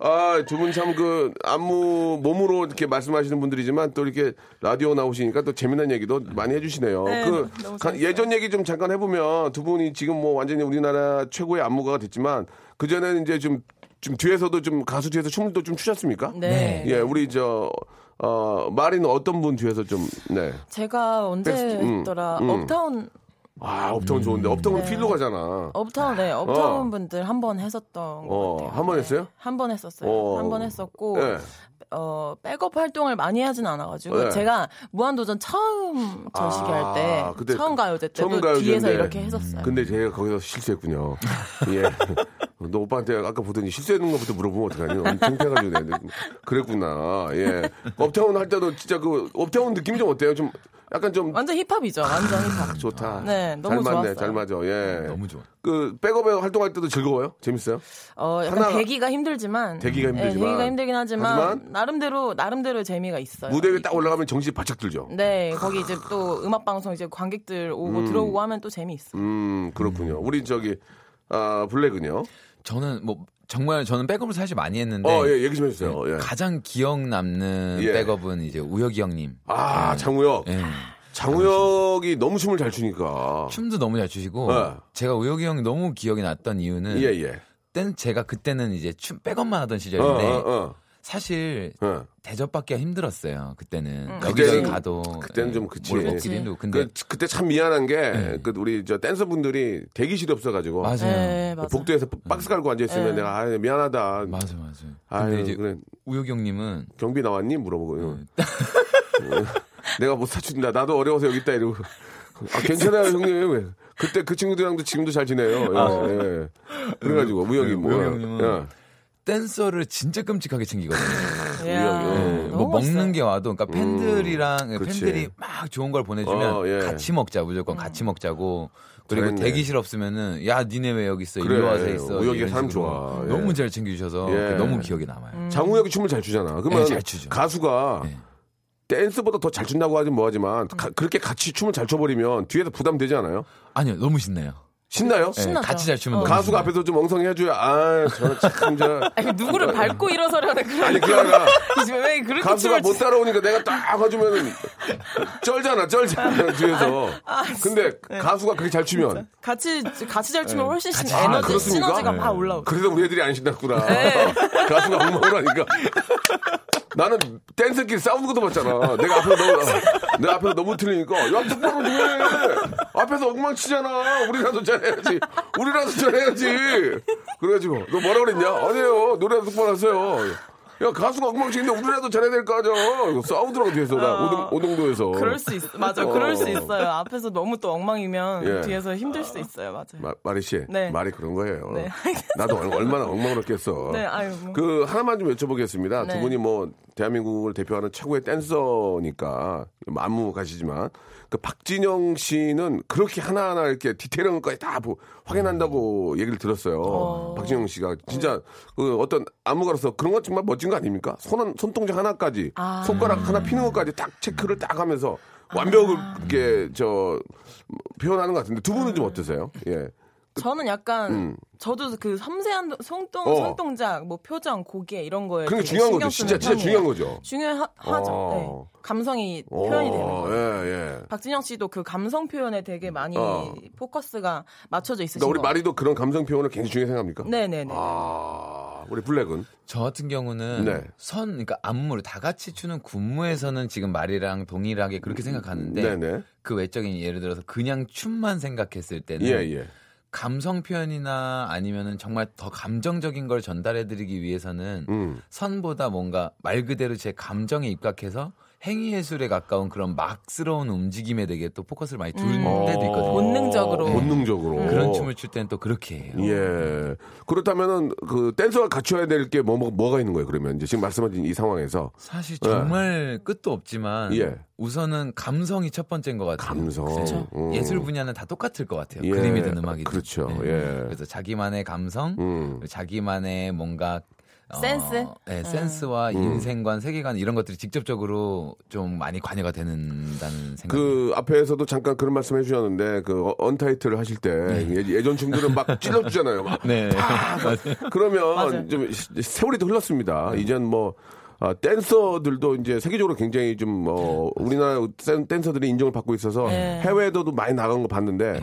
아, 두 분 참 그 안무 몸으로 이렇게 말씀하시는 분들이지만 또 이렇게 라디오 나오시니까 또 재미난 얘기도 많이 해주시네요. 네, 그 너무 가- 재밌어요. 예전 얘기 좀 잠깐 해보면 두 분이 지금 뭐 완전히 우리나라 최고의 안무가가 됐지만 그 전에는 이제 좀 좀 뒤에서도 좀 가수 뒤에서 춤을 또 좀 추셨습니까? 네. 예, 우리 저 어, 마린 어떤 분 뒤에서 좀 네. 제가 언제 베스트, 음, 했더라. 음. 업타운, 아, 업타운 좋은데 업타운 네. 필로 가잖아. 업타운, 네, 업타운 분들 한 번 했었던 어, 것 같아요. 네. 한번 했어요? 한 번 했었어요. 어. 한 번 했었고, 예. 어, 백업 활동을 많이 하진 않아가지고, 네. 제가 무한도전 처음 전시계 아, 할 때, 그때 처음 가요제 때도 처음 가요제인데. 음. 뒤에서 이렇게 했었어요. 근데 제가 거기서 실수했군요. 예. 너 오빠한테 아까 보더니 실수했는 것부터 물어보면 어떡하니? 너무 창피해가지고 내가 그랬구나. 예. 업타운 할 때도 진짜 그 업타운 느낌이 좀 어때요? 좀 약간 좀 완전 힙합이죠, 완전 힙합. 좋다. 네, 너무 잘 맞네, 좋았어요. 잘 맞아. 예. 음, 너무 좋아. 그 백업에 활동할 때도 즐거워요? 재밌어요? 어, 약간 하나가- 대기가 힘들지만, 대기가 네, 힘들지만. 대기가 힘들긴 하지만, 하지만- 나름대로 나름대로 재미가 있어요. 무대 그 위에 딱 올라가면 정신이 바짝 들죠. 네, 거기 이제 또 음악 방송 이제 관객들 오고 들어오고 하면 또 재미있어요. 음, 그렇군요. 우리 저기 아, 블랙은요? 저는 뭐 정말 저는 백업을 사실 많이 했는데 어, 예, 얘기 좀 해주세요. 예. 가장 기억 남는 예. 백업은 이제 우혁이 형님. 아, 장우혁. 예. 장우혁이 너무 춤을 잘 추니까. 춤도 너무 잘 추시고 네. 제가 우혁이 형이 너무 기억이 났던 이유는 예, 예. 그때는 제가 그때는 이제 춤 백업만 하던 어, 시절인데 어, 사실 어. 어. 대접받기가 힘들었어요 그때는 그때는- 여기저기 가도 예. 그때는 좀 그치. 뭘 먹기도 힘들고 뭐 근데 예. 그, 그때 참 미안한 게, 그, 우리, 저, 댄서분들이 대기실이 없어가지고. 그 맞아요 예. 네, 맞아요. 복도에서 박스 깔고 앉아있으면 내가, 아 미안하다. 맞아 맞아 근데 아유, 이제 예. 그래. 우혁이 형님은 경비 나왔니? 물어보고. 어, 내가 못 사준다. 나도 어려워서 여기 있다. 이러고. 아, 괜찮아요, 형님. 그때 그 친구들이랑도 지금도 잘 지내요. 예, 예. 그래가지고, 예. 우혁이 뭐. 우혁이 아. 형님은 예. 댄서를 진짜 끔찍하게 챙기거든요. 이야, 아, 네, 너무 뭐 먹는 멋있어요. 게 와도 그러니까 팬들이랑 예, 음, 그치. 팬들이 막 좋은 걸 보내주면 어, 예. 음. 같이 먹자 무조건 같이 먹자고 그리고 잘했네. 대기실 없으면은 야 니네 왜 여기 있어 그래. 일로 와서 있어 우혁이가 이런 사람 식으로 좋아. 예. 너무 잘 챙겨주셔서 예. 그게 너무 기억에 남아요 장우혁이 춤을 잘 추잖아. 그러면 예, 잘 추죠. 네. 가수가 댄스보다 더 잘 춘다고 하긴 뭐하지만 가- 그렇게 같이 춤을 잘 춰버리면 뒤에서 부담되지 않아요? 아니요 너무 신나요 신나요? 예, 신나죠. 같이 잘 추면 어. 너무 가수가 신나요. 앞에서 좀 엉성해 해줘야 아 저는 참 저. 아니, 누구를 밟고 일어서라는 그런. 네. 아니 그게 아니라 왜 그렇게 가수가 춤을 못 추- 따라오니까 내가 딱 가주면은 쩔잖아 쩔잖아 그렇죠. 뒤에서 근데 가수가 그렇게 잘 추면 같이 같이 잘 추면 훨씬 신, 아, 에너지 그렇습니까? 시너지가 네. 막 올라오죠. 그래서 우리 애들이 안 신났구나 네. 가수가 엉망으로하니까 나는 댄스끼리 싸우는 것도 봤잖아 내가 앞에서 너무 어, 내 앞에서 너무 틀리니까 야 똑바로 왜 앞에서 엉망치잖아 우리라도 잘해야지 우리라도 잘해야지 그래가지고 너 뭐라 그랬냐 아니에요 노래도 똑바로 하세요 야 가수가 엉망치는데 우리라도 잘해야 될 거 아니야 이거 싸우더라고 뒤에서 나 어. 오동, 오동도에서 그럴 수 있어. 맞아. 어. 그럴 수 있어요. 앞에서 너무 또 엉망이면 예. 뒤에서 힘들 수 있어요. 맞아요. 마, 마리 씨, 네. 말이 그런 거예요. 네, 알겠습니다. 나도 얼- 얼마나 엉망으로겠어. 네, 아유, 뭐. 그 하나만 좀 여쭤보겠습니다. 두 네. 분이 뭐 대한민국을 대표하는 최고의 댄서니까 안무 가시지만 그 박진영 씨는 그렇게 하나하나 이렇게 디테일한 것까지 다 보- 음. 확인한다고 얘기를 들었어요. 박진영 네. 씨가 진짜 그 어떤 안무가로서 그런 것 정말 멋진 거 아닙니까? 손은 손동작 하나까지 아. 손가락 하나 피는 것까지 딱 체크를 딱 하면서 완벽하게 아. 저 표현하는 것 같은데 두 분은 좀 어떠세요? 예. 저는 약간 저도 그 섬세한 손동 음. 어. 손동작, 뭐 표정, 고개 이런 거에 그게 되게 중요한 신경 거죠. 진짜 쓰는 진짜 편이에요. 중요한 거죠. 중요하죠. 어. 네. 감성이 표현이 되는 어, 거예요. 예, 예. 박진영 씨도 그 감성 표현에 되게 많이 어. 포커스가 맞춰져 있으신 그러니까 것 우리 같아요. 마리도 그런 감성 표현을 굉장히 중요히 생각합니까? 네네네. 아, 우리 블랙은 저 같은 경우는 네. 선 그러니까 안무를 다 같이 추는 군무에서는 지금 말이랑 동일하게 그렇게 생각하는데 음. 네네. 그 외적인 예를 들어서 그냥 춤만 생각했을 때는 예, 예. 감성 표현이나 아니면은 정말 더 감정적인 걸 전달해드리기 위해서는 음. 선보다 뭔가 말 그대로 제 감정에 입각해서 행위 예술에 가까운 그런 막스러운 움직임에 되게 또 포커스를 많이 둘 때도 어. 있거든요. 음. 본능적으로. 음. 본능적으로. 네. 그런 춤을 출 때는 또 그렇게 해요. 예. 그렇다면은 그 댄서가 갖춰야 될 게 뭐, 뭐, 가 있는 거예요, 그러면 이제 지금 말씀하신 이 상황에서 사실 정말 끝도 없지만 네. 예. 우선은 감성이 첫 번째인 것 같아요. 감성. 그래서 음. 예술 분야는 다 똑같을 것 같아요. 예. 그림이든 음악이든. 그렇죠. 네. 예. 그래서 자기만의 감성, 음. 그리고 자기만의 뭔가 어, 센스? 네, 센스와 음. 인생관, 세계관 이런 것들이 직접적으로 좀 많이 관여가 되는다는 생각. 그 앞에서도 잠깐 그런 말씀 해주셨는데 그 어- 언타이틀을 하실 때 예- 예전 춤들은 막 찔러주잖아요. 막 네. 그러면 맞아요. 좀 시- 세월이 더 흘렀습니다. 이젠 뭐 아, 댄서들도 이제 세계적으로 굉장히 좀 어, 우리나라 댄- 댄서들이 인정을 받고 있어서 네. 해외에도 많이 나간 거 봤는데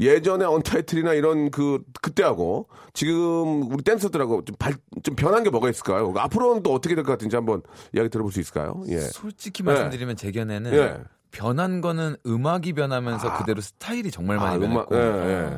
예전에 언타이틀이나 이런 그 그때하고 지금 우리 댄서들하고 좀, 발, 좀 변한 게 뭐가 있을까요? 앞으로는 또 어떻게 될 것 같은지 한번 이야기 들어볼 수 있을까요? 예. 솔직히 말씀드리면 제 견해는 예. 아. 변한 거는 음악이 변하면서 그대로 스타일이 정말 많이 변했고 예, 예.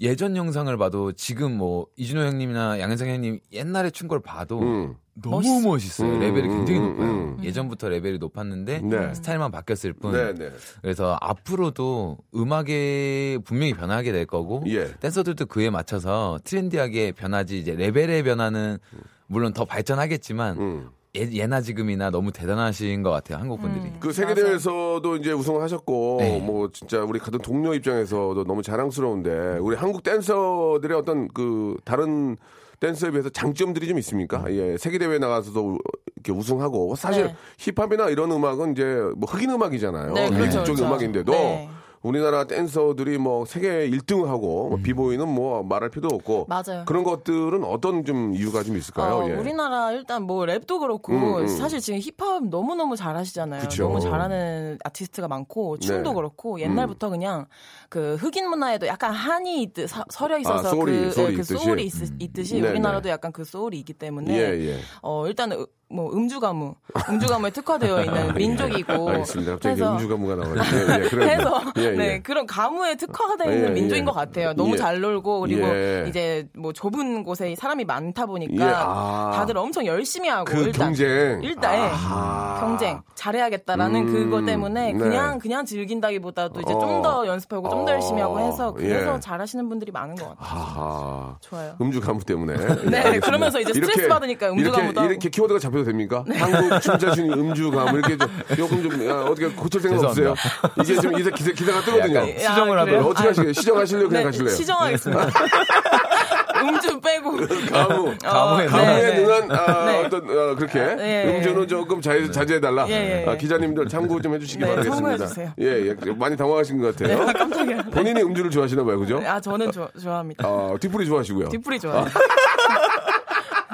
예전 영상을 봐도 지금 뭐 이준호 형님이나 양현석 형님 옛날에 춘 걸 봐도 음. 너무 멋있어. 요 음, 레벨이 굉장히 음, 높아요. 음. 예전부터 레벨이 높았는데 네. 스타일만 바뀌었을 뿐. 네, 네. 그래서 앞으로도 음악에 분명히 변하게 될 거고 예. 댄서들도 그에 맞춰서 트렌디하게 변하지 이제 레벨의 변화는 물론 더 발전하겠지만 음. 예, 예나 지금이나 너무 대단하신 것 같아요 한국 분들이. 음. 그 세계대회에서도 이제 우승을 하셨고, 네. 뭐 진짜 우리 같은 동료 입장에서도 너무 자랑스러운데, 우리 한국 댄서들의 어떤 그 다른 댄서에 비해서 장점들이 좀 있습니까? 예, 세계대회 나가서도 우- 이렇게 우승하고, 사실 음. 네. 힙합이나 이런 음악은 이제 뭐 흑인 음악이잖아요. 네, 그렇죠, 쪽의 그렇죠. 음악인데도. 네. 우리나라 댄서들이 뭐 세계 1등을 하고 뭐 비보이는 뭐 말할 필요도 없고 음. 맞아요. 그런 것들은 어떤 좀 이유가 좀 있을까요? 어, 예. 음, 우리나라 일단 뭐 랩도 그렇고 사실 지금 힙합 너무 너무 잘하시잖아요. 그쵸. 너무 잘하는 아티스트가 많고 춤도 네. 그렇고 옛날부터 그냥 그 흑인 문화에도 약간 한이 있듯 서- 서려 있어서 아, 소울이- 그, 소울이 그 있듯이? 소울이 있, 있듯이 네, 우리나라도 약간 그 소울이 있기 때문에 예, 예. 어, 일단 뭐 음주 가무, 음주 가무에 특화되어 있는 민족이고. 아, 알겠습니다. 갑자기 해서- 음주 가무가 나와요. 예, 예, 그럼요. 해서 예, 예. 네 그런 가무에 특화가 예, 되어 있는 예. 민족인 것 같아요. 너무 예. 잘 놀고 그리고 예. 이제 뭐 좁은 곳에 사람이 많다 보니까 예, 아. 다들 엄청 열심히 하고 그 어, 일단 경쟁. 일단 예. 아. 경쟁 잘해야겠다라는 음, 그거 때문에 네. 그냥 그냥 즐긴다기보다도 이제 어. 좀 더 연습하고 좀 더 어. 열심히 하고 해서 그래서 예. 잘하시는 분들이 많은 것 같아요. 아하. 좋아요. 음주 가무 때문에. 네, 그러면서 이제 스트레스 받으니까 음주 이렇게, 가무도 하고. 네. 이렇게 키워드가 잡혀도 됩니까? 한국 춤자 신 음주 가무 이렇게 좀, 조금 좀 아, 어떻게 고칠 생각 없어요? 이게 좀 이제 기사, 기사가 뜨거든요. 네, 약간 그래요? 수정을 하면 어떻게 아, 하실래요? 시정하실래요? 그냥 네, 가실래요? 시정하겠습니다. 음주 빼고 가무. 가무에 어, 가무에 가무에 네, 네. 능한 아, 네. 어떤 어, 그렇게 네, 네. 음주는 조금 자제, 자제해달라. 예, 예, 아, 예. 기자님들 참고 좀 해주시기 네, 바라겠습니다. 참고해주세요. 예, 예, 많이 당황하신 것 같아요. 아, 깜짝이야. 본인이 음주를 좋아하시나 봐요, 그죠? 아 저는 좋아- 좋아합니다. 아, 뒷풀이 좋아하시고요. 뒷풀이 좋아요.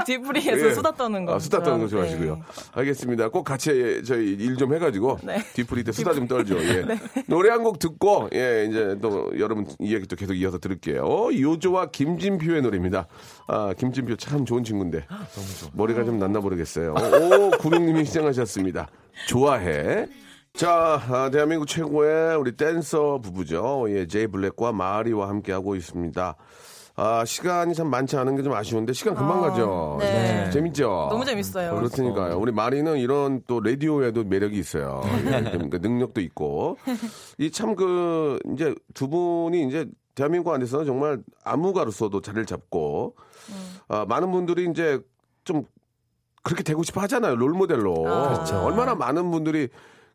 뒷풀이에서 어. 예. 수다 떠는 거. 아, 수다 떠는 거 저랑, 좋아하시고요. 네. 알겠습니다. 꼭 같이 저희 일 좀 해가지고 네. 뒷풀이 때 수다 좀 떨죠. 예. 노래 한 곡 듣고 예 이제 또 여러분 이야기 또 계속 이어서 들을게요. 요조와 김진표의 노래입니다. 아 김진표 참 좋은 친구인데 아, 머리가 좀 났나 모르겠어요. 오 구룡님이 시장하셨습니다. 좋아해. 자, 아, 대한민국 최고의 우리 댄서 부부죠. 예, 제이 블랙과 마리와 함께하고 있습니다. 아, 시간이 참 많지 않은 게 좀 아쉬운데, 시간 금방 가죠? 네. 재밌죠? 너무 재밌어요. 그렇으니까요. 우리 마리는 이런 또 라디오에도 매력이 있어요. 네. 예, 좀 그러니까 능력도 있고. 이 참 그 이제 두 분이 이제 대한민국 안에서는 정말 아무가로서도 자리를 잡고 음. 아, 많은 분들이 이제 좀 그렇게 되고 싶어 하잖아요. 롤 모델로. 그렇죠. 얼마나 많은 분들이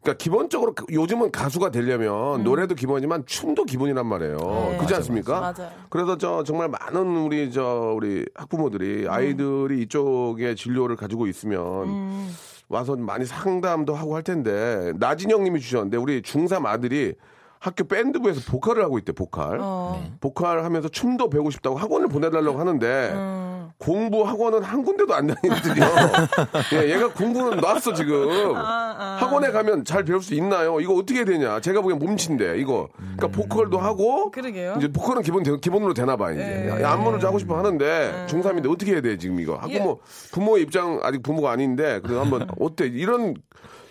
그러니까 기본적으로 그- 요즘은 가수가 되려면 노래도 기본이지만 춤도 기본이란 말이에요. 음. 네. 그렇지 맞아, 않습니까? 맞아요. 그래서 저 정말 많은 우리 저 우리 학부모들이 아이들이 음. 이쪽에 진료를 가지고 있으면 와서 많이 상담도 하고 할 텐데 나진영님이 주셨는데 우리 중3 아들이 학교 밴드부에서 보컬을 하고 있대 보컬 어. 보컬 하면서 춤도 배우고 싶다고 학원을 보내달라고 하는데 음. 공부 학원은 한 군데도 안 다니거든요. 예, 얘가 공부는 놨어 지금. 아, 학원에 가면 잘 배울 수 있나요? 이거 어떻게 해야 되냐? 제가 보기엔 몸친데 이거. 그러니까 보컬도 하고 그러게요. 이제 보컬은 네, 기본 되- 기본으로 되나 봐 이제. 네. 야, 안무를 하고 싶어 하는데 중3인데 어떻게 해야 돼 지금 이거? 하고 예. 뭐 부모의 입장 아직 부모가 아닌데 그래도 한번 어때 이런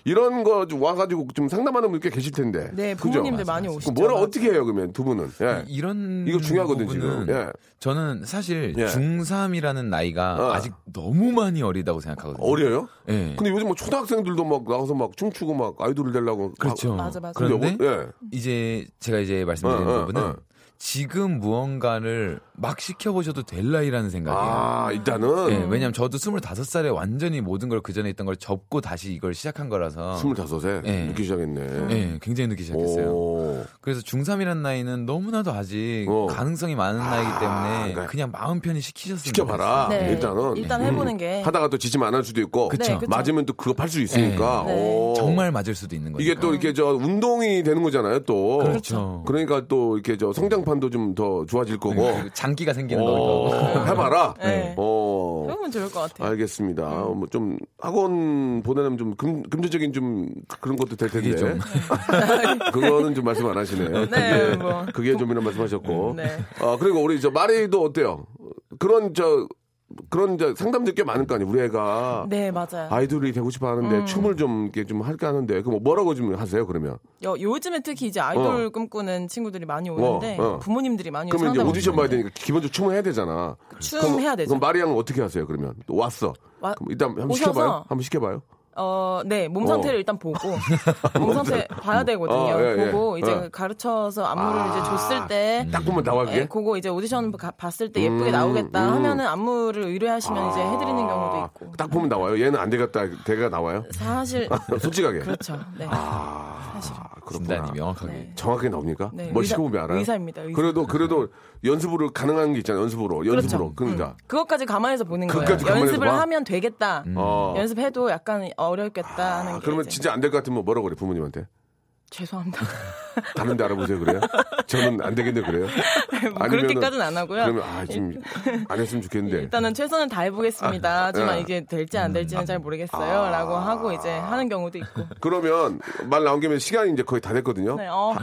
이런 거 좀 와가지고 좀 상담하는 분꽤 계실 텐데. 네, 그죠? 부모님들 많이 오시죠. 뭐라 어떻게 해요 그러면 두 분은? 예. 이- 이런 이거 중요하거든, 지금. 부분은 예. 저는 사실 예. 중3이라는 나이가 어. 아직 너무 많이 어리다고 생각하거든요. 어려요? 예. 근데 요즘 뭐 초등학생들도 막 나가서 막 춤추고 막 아이돌을 되려고 그렇죠. 맞아, 맞아. 근데 그런데 어- 예. 이제 제가 이제 말씀드리는 어, 어, 부분은 어. 지금 무언가를 막 시켜보셔도 될 나이라는 생각이에요. 아, 일단은 예, 왜냐면 저도 25살에 완전히 모든 걸 그전에 있던 걸 접고 다시 이걸 시작한 거라서 25세 예. 늦게 시작했네. 예, 굉장히 늦게 시작했어요. 오. 그래서 중3이라는 나이는 너무나도 아직 어. 가능성이 많은 나이기 때문에 네. 그냥 마음 편히 시키셨으면 시켜봐라. 네. 아, 일단은 음, 일단 해보는 게. 하다가 또 지치면 안 할 수도 있고 그쵸. 네, 네. 그쵸. 맞으면 또 그거 팔 수 있으니까. 네. 네. 오. 예. 정말 맞을 수도 있는 거죠. 이게 또 이렇게 저 운동이 되는 거잖아요, 또. 아, 그렇죠. 러니까또 이렇게 저 성장판도 좀 더 좋아질 거고. 네, 그 장기가 생기는 뭐. 오. 거니까. 해봐라. 네. 어. 그러면 좋을 것 같아요. 네. 알겠습니다. 뭐 좀 학원 보내면 좀 금, 금전적인 좀 그런 것도 될 텐데. 좀. 그거는 좀 말씀 안 하시네요. 네, 그게, 뭐. 그게 좀이란 말씀하셨고. 네. 아, 그리고 우리 저 마리도 어때요? 그런 저 그런 저 상담들 꽤 많을 거 아니에요. 우리 애가 네, 음. 맞아요. 아이돌이 되고 싶어 하는데 춤을 좀 이렇게 좀 할까 하는데 그럼 뭐라고 좀 하세요 그러면? 요, 요즘에 특히 이제 아이돌 꿈꾸는 친구들이 많이 오는데 어. 부모님들이 많이 그러면 이제 상담을 오디션 봐야 되니까 기본적으로 춤을 해야 되잖아. 춤 그럼- 해야 되죠. 그럼 마리양은 어떻게 하세요 그러면? 또 왔어. 와- 그럼 일단 한번 오셔서- 시켜봐요. 한번 시켜봐요. 어, 네, 몸 상태를 어. 일단 보고 몸 상태 봐야 되거든요. 어, 예, 예. 보고 이제 어. 가르쳐서 안무를 아. 이제 줬을 때 딱 보면 나와 예, 그게. 음, 그거 이제 오디션 가- 봤을 때 예쁘게 나오겠다 하면은 안무를 의뢰하시면 이제 해드리는 경우도 있고 아. 딱 보면 나와요. 얘는 안 되겠다. 대가 나와요. 사실 솔직하게. 그렇죠. 네, 아, 그렇구나. 진단이 명확하게. 네. 정확하게 나옵니까? 네, 뭐 의사- 시켜보면 알아요? 의사입니다, 그렇죠. 그래도 의사. 그래도 연습으로 가능한 게 있잖아요. 연습으로 음. 연습으로. 그러니까 그것까지 감안해서 보는 거예요. 그것까지 감안해서 연습을 봐? 하면 되겠다. 음. 어. 연습해도 약간 어렵겠다 하는 게 아, 그러면 이제 진짜 안 될 것 같으면 뭐라고 그래 부모님한테? 죄송합니다. 다른 데 알아보세요 그래요? 저는 안 되겠네 그래요. 뭐 그렇게까지는 안 하고요. 예, 그러면 아, 아좀안 했으면 좋겠는데. 일단은 최선을 다해보겠습니다. 하지만 예. 이게 될지 안 될지는 잘 모르겠어요. 아. 라고 하고 이제 하는 경우도 있고. 그러면 말 나온 김에 시간이 이제 거의 다 됐거든요. 네, 어,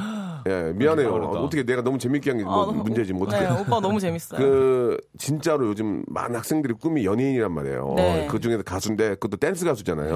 예, 미안해요. 어떻게 내가 너무 재밌게 한 게 어, 문제지 뭐 어떻게. 네, 오빠 너무 재밌어요. 그 진짜로 요즘 많은 학생들이 꿈이 연예인이란 말이에요. 네. 음. 그 중에서 가수인데 그것도 댄스 가수잖아요.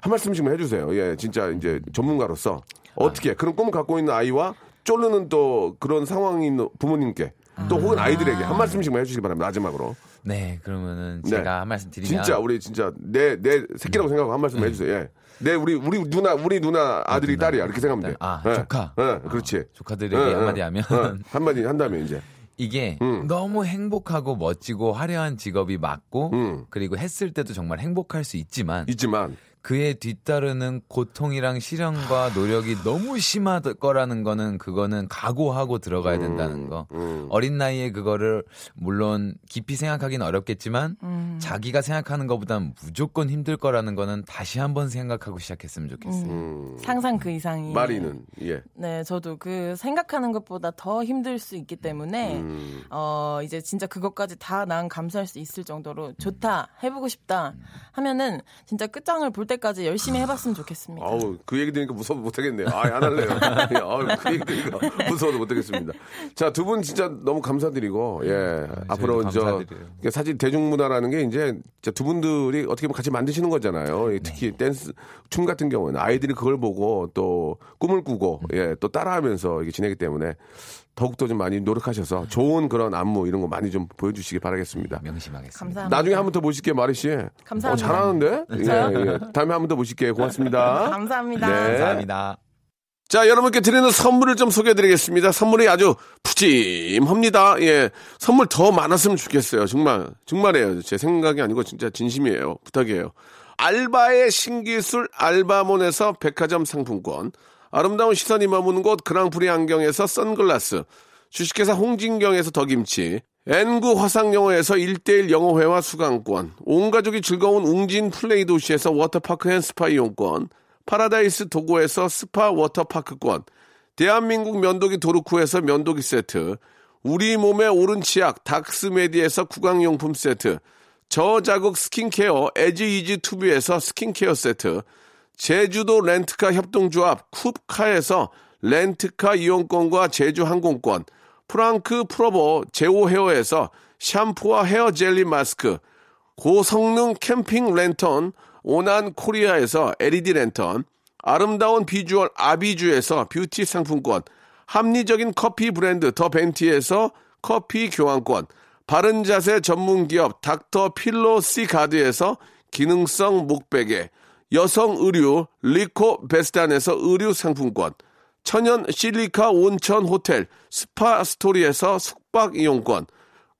한 말씀씩만 해주세요. 예, 진짜 이제 전문가로서 어떻게 그런 꿈을 갖고 있는 아이와 쫄르는 또 그런 상황인 부모님께 또 혹은 아이들에게 한 말씀씩만 해주시기 바랍니다. 마지막으로. 네, 그러면은 네. 제가 한 말씀 드리면 음. 진짜 우리 진짜 내 내 새끼라고 생각하고 한 말씀 해주세요. 예. 내 우리 우리 누나 우리 누나 아들이 딸이야 이렇게 생각하면 돼. 아, 예. 조카. 아, 예, 그렇지. 조카들에게 예, 예. 한마디 하면 예, 한마디 한다면 이제 이게 음. 너무 행복하고 멋지고 화려한 직업이 맞고 음. 그리고 했을 때도 정말 행복할 수 있지만 있지만 그에 뒤따르는 고통이랑 시련과 노력이 너무 심할 거라는 거는 그거는 각오하고 들어가야 된다는 거. 어린 나이에 그거를 물론 깊이 생각하긴 어렵겠지만 음. 자기가 생각하는 것보단 무조건 힘들 거라는 거는 다시 한번 생각하고 시작했으면 좋겠어요. 상상 그 이상이. 마리는 예. 네, 저도 그 생각하는 것보다 더 힘들 수 있기 때문에 음. 어 이제 진짜 그것까지 다 난 감수할 수 있을 정도로 좋다 해보고 싶다 하면은 진짜 끝장을 볼 때까지 열심히 해봤으면 좋겠습니다. 아우 그 얘기 들으니까 무서워 못하겠네요. 아안 할래요. 예, 아우 그 얘기 들으니까 무서워도 못하겠습니다. 자 두 분 진짜 너무 감사드리고 예 네, 앞으로 저 감사드려요. 이게 사실 대중문화라는 게 이제 진짜 두 분들이 어떻게 보면 같이 만드시는 거잖아요. 네. 예, 특히 댄스 춤 같은 경우는 아이들이 그걸 보고 또 꿈을 꾸고 예 또 따라하면서 이게 지내기 때문에 더욱더 좀 많이 노력하셔서 좋은 그런 안무 이런 거 많이 좀 보여주시기 바라겠습니다. 명심하겠습니다. 감사합니다. 나중에 한 번 더 보실게요, 마리 씨. 감사합니다. 어, 잘하는데? 예, 예. 다음에 한 번 더 보실게요. 고맙습니다. 감사합니다. 네. 감사합니다. 자, 여러분께 드리는 선물을 좀 소개해드리겠습니다. 선물이 아주 푸짐합니다. 예, 선물 더 많았으면 좋겠어요. 정말, 정말이에요. 제 생각이 아니고 진짜 진심이에요. 부탁이에요. 알바의 신기술 알바몬에서 백화점 상품권, 아름다운 시선이 머무는 곳 그랑프리 안경에서 선글라스, 주식회사 홍진경에서 더김치, N구 화상영어에서 1대1 영어회화 수강권, 온 가족이 즐거운 웅진 플레이 도시에서 워터파크 앤 스파 이용권, 파라다이스 도고에서 스파 워터파크권, 대한민국 면도기 도르쿠에서 면도기 세트, 우리 몸의 오른 치약 닥스메디에서 구강용품 세트, 저자극 스킨케어 에지이지 투비에서 스킨케어 세트, 제주도 렌트카 협동조합 쿱카에서 렌트카 이용권과 제주 항공권, 프랑크 프로보 제오 헤어에서 샴푸와 헤어 젤리 마스크, 고성능 캠핑 랜턴 오난 코리아에서 LED 랜턴 아름다운 비주얼 아비주에서 뷰티 상품권 합리적인 커피 브랜드 더 벤티에서 커피 교환권 바른 자세 전문 기업 닥터 필로 시 가드에서 기능성 목베개 여성 의류 리코 베스탄에서 의류 상품권 천연 실리카 온천 호텔 스파 스토리에서 숙박 이용권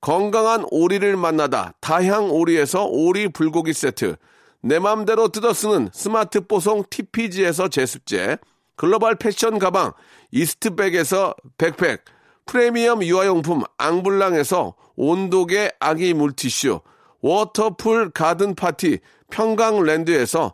건강한 오리를 만나다 다향 오리에서 오리 불고기 세트 내 맘대로 뜯어 쓰는 스마트 뽀송 TPG에서 제습제 글로벌 패션 가방 이스트백에서 백팩 프리미엄 유아용품 앙블랑에서 온도계 아기 물티슈 워터풀 가든 파티 평강랜드에서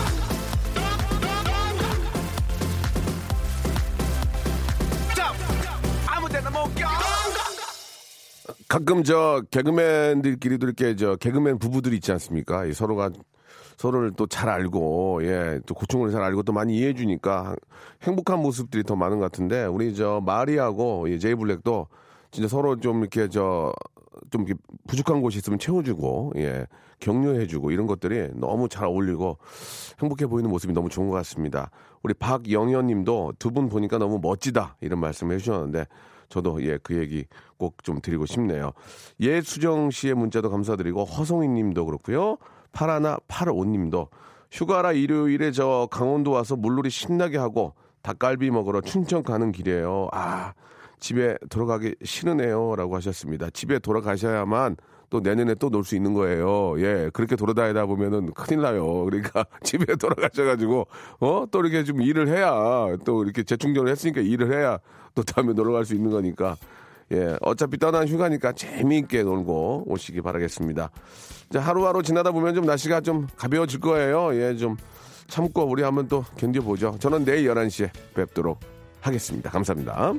가끔 저 개그맨들끼리도 이렇게 저 개그맨 부부들이 있지 않습니까? 이 서로가 서로를 또 잘 알고 예 또 고충을 잘 알고 또 많이 이해해 주니까 행복한 모습들이 더 많은 것 같은데 우리 저 마리하고 이 제이 블랙도 진짜 서로 좀 이렇게 저 좀 이렇게 부족한 곳이 있으면 채워주고 예 격려해주고 이런 것들이 너무 잘 어울리고 행복해 보이는 모습이 너무 좋은 것 같습니다. 우리 박영현님도 두 분 보니까 너무 멋지다 이런 말씀을 해주셨는데 저도 예 그 얘기 꼭 좀 드리고 싶네요. 예수정 씨의 문자도 감사드리고 허송이님도 그렇고요. 파라나 855님도 휴가라 일요일에 저 강원도 와서 물놀이 신나게 하고 닭갈비 먹으러 춘천 가는 길이에요. 아 집에 돌아가기 싫으네요라고 하셨습니다. 집에 돌아가셔야만 또 내년에 또 놀 수 있는 거예요. 예, 그렇게 돌아다니다 보면은 큰일 나요. 그러니까 집에 돌아가셔가지고 어 또 이렇게 좀 일을 해야 또 이렇게 재충전을 했으니까 일을 해야 또 다음에 놀러 갈 수 있는 거니까 예, 어차피 떠난 휴가니까 재미있게 놀고 오시기 바라겠습니다. 이제 하루하루 지나다 보면 좀 날씨가 좀 가벼워질 거예요. 예, 좀 참고 우리 한번 또 견뎌보죠. 저는 내일 11시에 뵙도록 하겠습니다. 감사합니다.